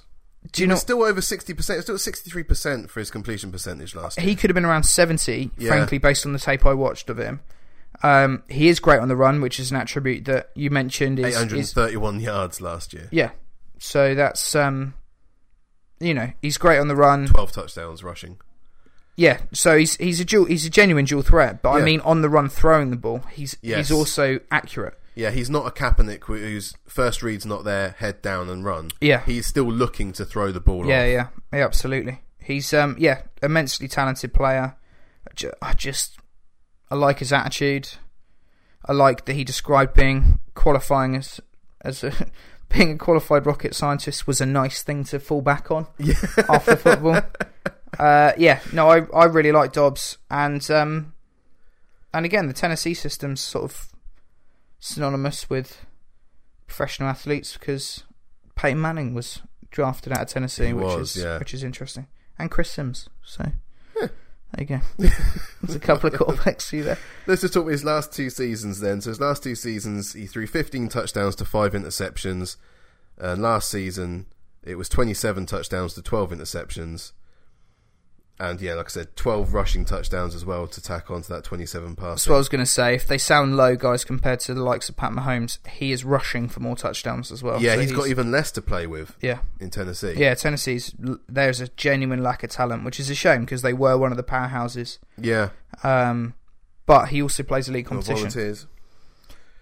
Speaker 2: Do you know?
Speaker 1: It's still over 60%, still 63% for his completion percentage last year.
Speaker 2: he could have been around 70
Speaker 1: Yeah.
Speaker 2: frankly based on the tape i watched of him um, he is great on the run which is an attribute that you mentioned is, is
Speaker 1: 831 yards last year.
Speaker 2: yeah so that's um you know he's great on the run
Speaker 1: 12 touchdowns rushing.
Speaker 2: yeah so he's he's a dual he's a genuine dual threat but
Speaker 1: Yeah.
Speaker 2: i mean on the run throwing the ball he's
Speaker 1: Yes.
Speaker 2: he's also accurate
Speaker 1: Yeah, he's not a Kaepernick who- whose first read's not there, head down and run.
Speaker 2: Yeah.
Speaker 1: He's still looking to throw the ball
Speaker 2: yeah
Speaker 1: off.
Speaker 2: yeah yeah absolutely he's um yeah immensely talented player I ju- i just i like his attitude i like that he described being qualifying as as a (laughs) being a qualified rocket scientist was a nice thing to fall back on after football uh yeah no i i really like dobbs and um and again the tennessee system's sort of synonymous with professional athletes because Peyton Manning was drafted out of Tennessee,
Speaker 1: He
Speaker 2: which
Speaker 1: was,
Speaker 2: is
Speaker 1: yeah.
Speaker 2: which is interesting, and Chris Sims. So there you go. There's a couple
Speaker 1: (laughs)
Speaker 2: of quarterbacks for you there.
Speaker 1: Let's just talk about his last two seasons then. So his last two seasons, he threw 15 touchdowns to 5 interceptions. And last season, it was 27 touchdowns to 12 interceptions. And yeah, like I said, 12 rushing touchdowns as well to tack onto that 27 pass.
Speaker 2: That's what I was going to say. If they sound low, guys, compared to the likes of Pat Mahomes, he is rushing for more touchdowns as well.
Speaker 1: Yeah,
Speaker 2: So
Speaker 1: he's got even less to play with
Speaker 2: yeah.
Speaker 1: in Tennessee.
Speaker 2: Oh, Yeah, Tennessee's there's a genuine lack of talent, which is a shame because they were one of the powerhouses.
Speaker 1: Yeah.
Speaker 2: Um, but he also plays a league
Speaker 1: Or
Speaker 2: competition.
Speaker 1: volunteers.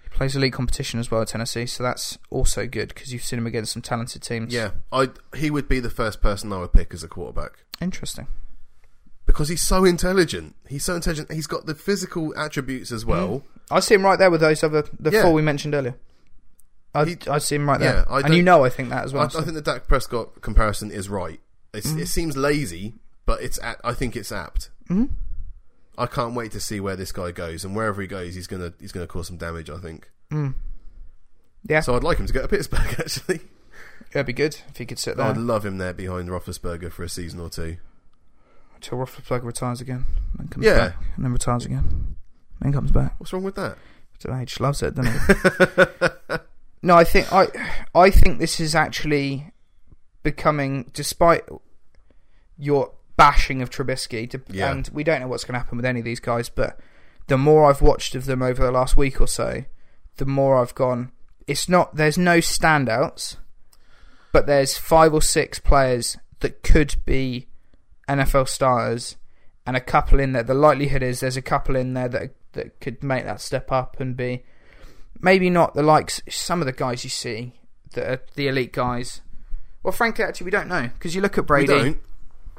Speaker 2: He plays a league competition as well at Tennessee, so that's also good because you've seen him against some talented teams.
Speaker 1: Yeah, I he would be the first person I would pick as a quarterback
Speaker 2: Interesting.
Speaker 1: because he's so intelligent. He's so intelligent. He's got the physical attributes as well.
Speaker 2: I see him right there with those other the
Speaker 1: Yeah.
Speaker 2: four we mentioned earlier. I
Speaker 1: He-
Speaker 2: I see him right there,
Speaker 1: Yeah, I
Speaker 2: and you
Speaker 1: don't-
Speaker 2: know I think that as well.
Speaker 1: I,
Speaker 2: so.
Speaker 1: I think the Dak Prescott comparison is right. It's,
Speaker 2: Mm-hmm.
Speaker 1: It seems lazy, but it's a I think it's apt.
Speaker 2: Mhm.
Speaker 1: I can't wait to see where this guy goes, and wherever he goes, he's gonna he's gonna cause some damage. I think.
Speaker 2: Mm. Yeah,
Speaker 1: So I'd like him to go to Pittsburgh. (laughs) Actually,
Speaker 2: it'd be good if he could sit there
Speaker 1: I'd love him there behind Roethlisberger for a season or two.
Speaker 2: until Roethlisberger retires again, and comes
Speaker 1: Yeah.
Speaker 2: back, and then retires again, then comes back.
Speaker 1: What's wrong with that?
Speaker 2: don't know, he just loves it, doesn't he? (laughs) no, I think I I think this is actually becoming, despite your bashing of Trubisky, to,
Speaker 1: Yeah.
Speaker 2: and we don't know what's going to happen with any of these guys, but the more I've watched of them over the last week or so, the more I've gone. It's not there's no standouts, but there's five or six players that could be NFL stars and a couple in there. The likelihood is there's a couple in there that that could make that step up and be maybe not the likes. Some of the guys you see that are the elite guys. Well, frankly, actually, we don't know because you look at
Speaker 1: We
Speaker 2: Brady,
Speaker 1: don't.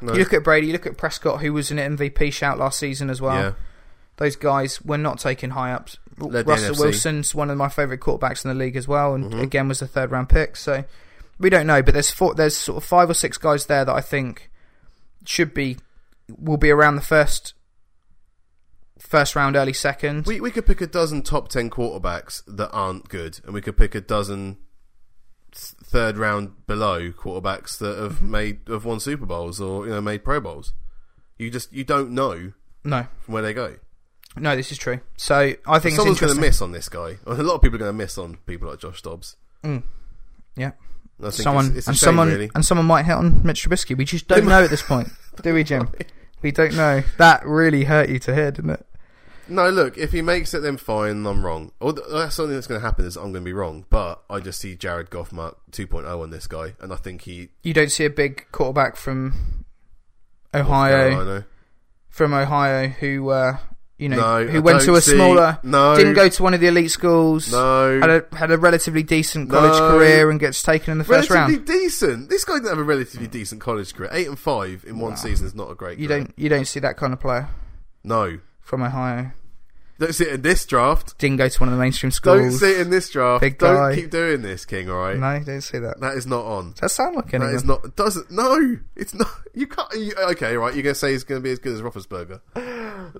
Speaker 1: No.
Speaker 2: you look at Brady, you look at Prescott, who was an MVP shout last season as well.
Speaker 1: yeah.
Speaker 2: Those guys were not taking high ups.
Speaker 1: Led the
Speaker 2: Russell
Speaker 1: NFC.
Speaker 2: Wilson's one of my favourite quarterbacks in the league as well, and
Speaker 1: Mm-hmm.
Speaker 2: again was a third round pick. So we don't know, but there's four, there's sort of five or six guys there that I think should be will be around the first first round, early second.
Speaker 1: We we could pick a dozen top ten quarterbacks that aren't good, and we could pick a dozen th- third round below quarterbacks that have
Speaker 2: Mm-hmm.
Speaker 1: made have won Super Bowls or you know made Pro Bowls. You just you don't know
Speaker 2: no,
Speaker 1: from where they go.
Speaker 2: no, this is true. So I think
Speaker 1: Someone's going
Speaker 2: it's
Speaker 1: to
Speaker 2: interesting.
Speaker 1: miss on this guy. A lot of people are going to miss on people like Josh Dobbs.
Speaker 2: yeah,
Speaker 1: And I think
Speaker 2: someone
Speaker 1: it's, it's a
Speaker 2: and
Speaker 1: shame,
Speaker 2: someone
Speaker 1: really.
Speaker 2: and someone might hit on Mitch Trubisky. We just don't know at
Speaker 1: (laughs)
Speaker 2: this point, do we, Jim? We don't know. That really hurt you to hear, didn't it?
Speaker 1: No, look, if he makes it, then fine. I'm wrong. Or th- that's something that's going to happen is I'm going to be wrong. But I just see Jared Goff Mark 2.0 on this guy, and I think he
Speaker 2: You don't see a big quarterback from Ohio,
Speaker 1: Carolina.
Speaker 2: from Ohio, who uh, you know,
Speaker 1: No,
Speaker 2: who
Speaker 1: I
Speaker 2: went to
Speaker 1: don't
Speaker 2: a
Speaker 1: see-
Speaker 2: smaller,
Speaker 1: No.
Speaker 2: didn't go to one of the elite schools,
Speaker 1: No,
Speaker 2: had a had a relatively decent college
Speaker 1: No.
Speaker 2: career, and gets taken in the first
Speaker 1: relatively
Speaker 2: round. Mm.
Speaker 1: decent. This guy didn't have a relatively decent college career. Eight and five in one season is not a great.
Speaker 2: You
Speaker 1: career.
Speaker 2: don't you don't see that kind of player
Speaker 1: No,
Speaker 2: from Ohio.
Speaker 1: don't sit in this draft.
Speaker 2: Didn't go to one of the mainstream
Speaker 1: Don't
Speaker 2: schools.
Speaker 1: sit in this draft.
Speaker 2: Big
Speaker 1: don't
Speaker 2: guy.
Speaker 1: keep doing this, King. All right,
Speaker 2: No, you don't see that.
Speaker 1: that is not on.
Speaker 2: Does that sound like
Speaker 1: That
Speaker 2: anyone?
Speaker 1: is not. Doesn't. No, it's not. You can't. You, okay, right. You're gonna say he's gonna be as good as Roethlisberger.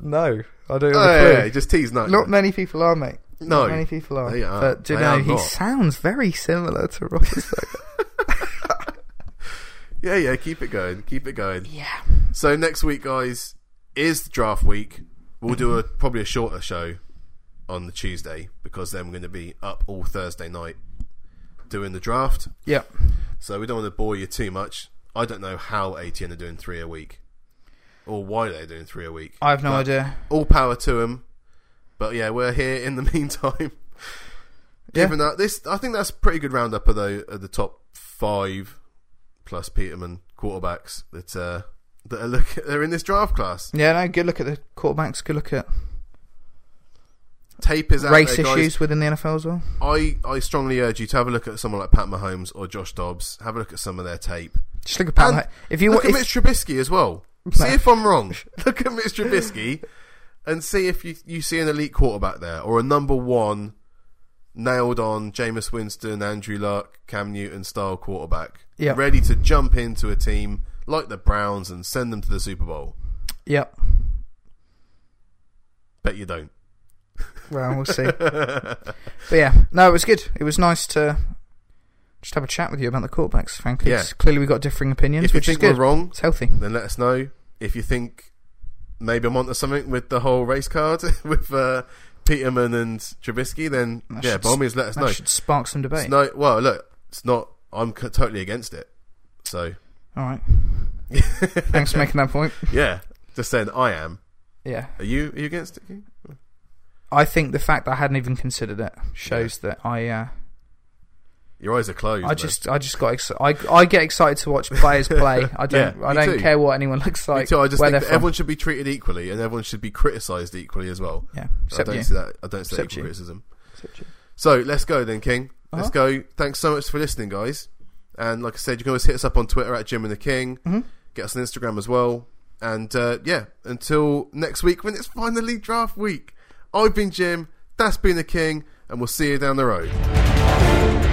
Speaker 2: no, I don't.
Speaker 1: Oh,
Speaker 2: have a
Speaker 1: yeah,
Speaker 2: clue.
Speaker 1: yeah, just tease. No,
Speaker 2: Not many people are, mate.
Speaker 1: No.
Speaker 2: Not many people are.
Speaker 1: They are-
Speaker 2: But do you
Speaker 1: they
Speaker 2: know,
Speaker 1: are
Speaker 2: he
Speaker 1: not.
Speaker 2: sounds very similar to Roethlisberger.
Speaker 1: (laughs) yeah, yeah. Keep it going. Keep it going.
Speaker 2: yeah.
Speaker 1: So next week, guys, is draft week. We'll do a probably a shorter show on the Tuesday because then we're going to be up all Thursday night doing the draft.
Speaker 2: Yeah.
Speaker 1: So we don't want to bore you too much. I don't know how ATN are doing three a week or why they're doing three a week.
Speaker 2: I have no
Speaker 1: But
Speaker 2: idea.
Speaker 1: All power to them. But yeah, we're here in the (laughs) meantime.
Speaker 2: Yeah.
Speaker 1: Given that this, I think that's a pretty good roundup of the of the top five plus Peterman quarterbacks that uh, that are look (laughs) they're in this draft class.
Speaker 2: Yeah, no, good look at the quarterbacks. Good look at
Speaker 1: Tape is out
Speaker 2: race
Speaker 1: there, guys.
Speaker 2: issues within the NFL as well.
Speaker 1: I, I strongly urge you to have a look at someone like Pat Mahomes or Josh Dobbs. Have a look at some of their tape.
Speaker 2: Just look at Pat.
Speaker 1: And
Speaker 2: Mah- if you
Speaker 1: look
Speaker 2: want,
Speaker 1: at
Speaker 2: if,
Speaker 1: Mitch Trubisky as well. See if I'm
Speaker 2: (laughs)
Speaker 1: wrong. (laughs) Look at Mitch Trubisky and see if you, you see an elite quarterback there or a number one nailed on Jameis Winston, Andrew Luck, Cam Newton style quarterback.
Speaker 2: Yeah.
Speaker 1: Ready to jump into a team like the Browns and send them to the Super Bowl.
Speaker 2: yep.
Speaker 1: Bet you don't. (laughs)
Speaker 2: Well, we'll see. but yeah, no, it was good. It was nice to just have a chat with you about the quarterbacks. Frankly,
Speaker 1: Yeah.
Speaker 2: It's- clearly we have got differing opinions,
Speaker 1: if you
Speaker 2: which is
Speaker 1: think
Speaker 2: good.
Speaker 1: we're wrong,
Speaker 2: It's healthy.
Speaker 1: then let us know if you think maybe I'm onto something with the whole race card (laughs) with uh, Peterman and Trubisky. Then
Speaker 2: That
Speaker 1: yeah,
Speaker 2: should-
Speaker 1: by all means, let us
Speaker 2: That
Speaker 1: know.
Speaker 2: should spark some
Speaker 1: It's
Speaker 2: debate.
Speaker 1: no, well, look, it's not. I'm c- totally against it. So (laughs)
Speaker 2: All right. Thanks for making that point.
Speaker 1: yeah, just saying I am.
Speaker 2: Yeah.
Speaker 1: Are you? Are you against it? King?
Speaker 2: I think the fact that I hadn't even considered it shows that I uh,
Speaker 1: Your eyes are closed.
Speaker 2: I just, I just got excited. I, I get excited to
Speaker 1: (laughs)
Speaker 2: watch players play. I don't,
Speaker 1: Yeah,
Speaker 2: I
Speaker 1: me
Speaker 2: don't
Speaker 1: too.
Speaker 2: care what anyone looks
Speaker 1: man.
Speaker 2: like.
Speaker 1: Me too, I just
Speaker 2: where
Speaker 1: think that
Speaker 2: they're from.
Speaker 1: everyone should be treated equally, and everyone should be criticised equally as well.
Speaker 2: yeah,
Speaker 1: I
Speaker 2: except
Speaker 1: don't
Speaker 2: you.
Speaker 1: see that. I don't see that
Speaker 2: Except
Speaker 1: equal
Speaker 2: you.
Speaker 1: criticism.
Speaker 2: Except you.
Speaker 1: So let's go then, King. Let's
Speaker 2: Uh-huh.
Speaker 1: go. Thanks so much for listening, guys. And like I said, you can always hit us up on Twitter at Jim and the King.
Speaker 2: Mhm.
Speaker 1: Get us on Instagram as well. And uh, yeah, until next week when it's finally draft week. I've been Jim. That's been the King, and we'll see you down the road.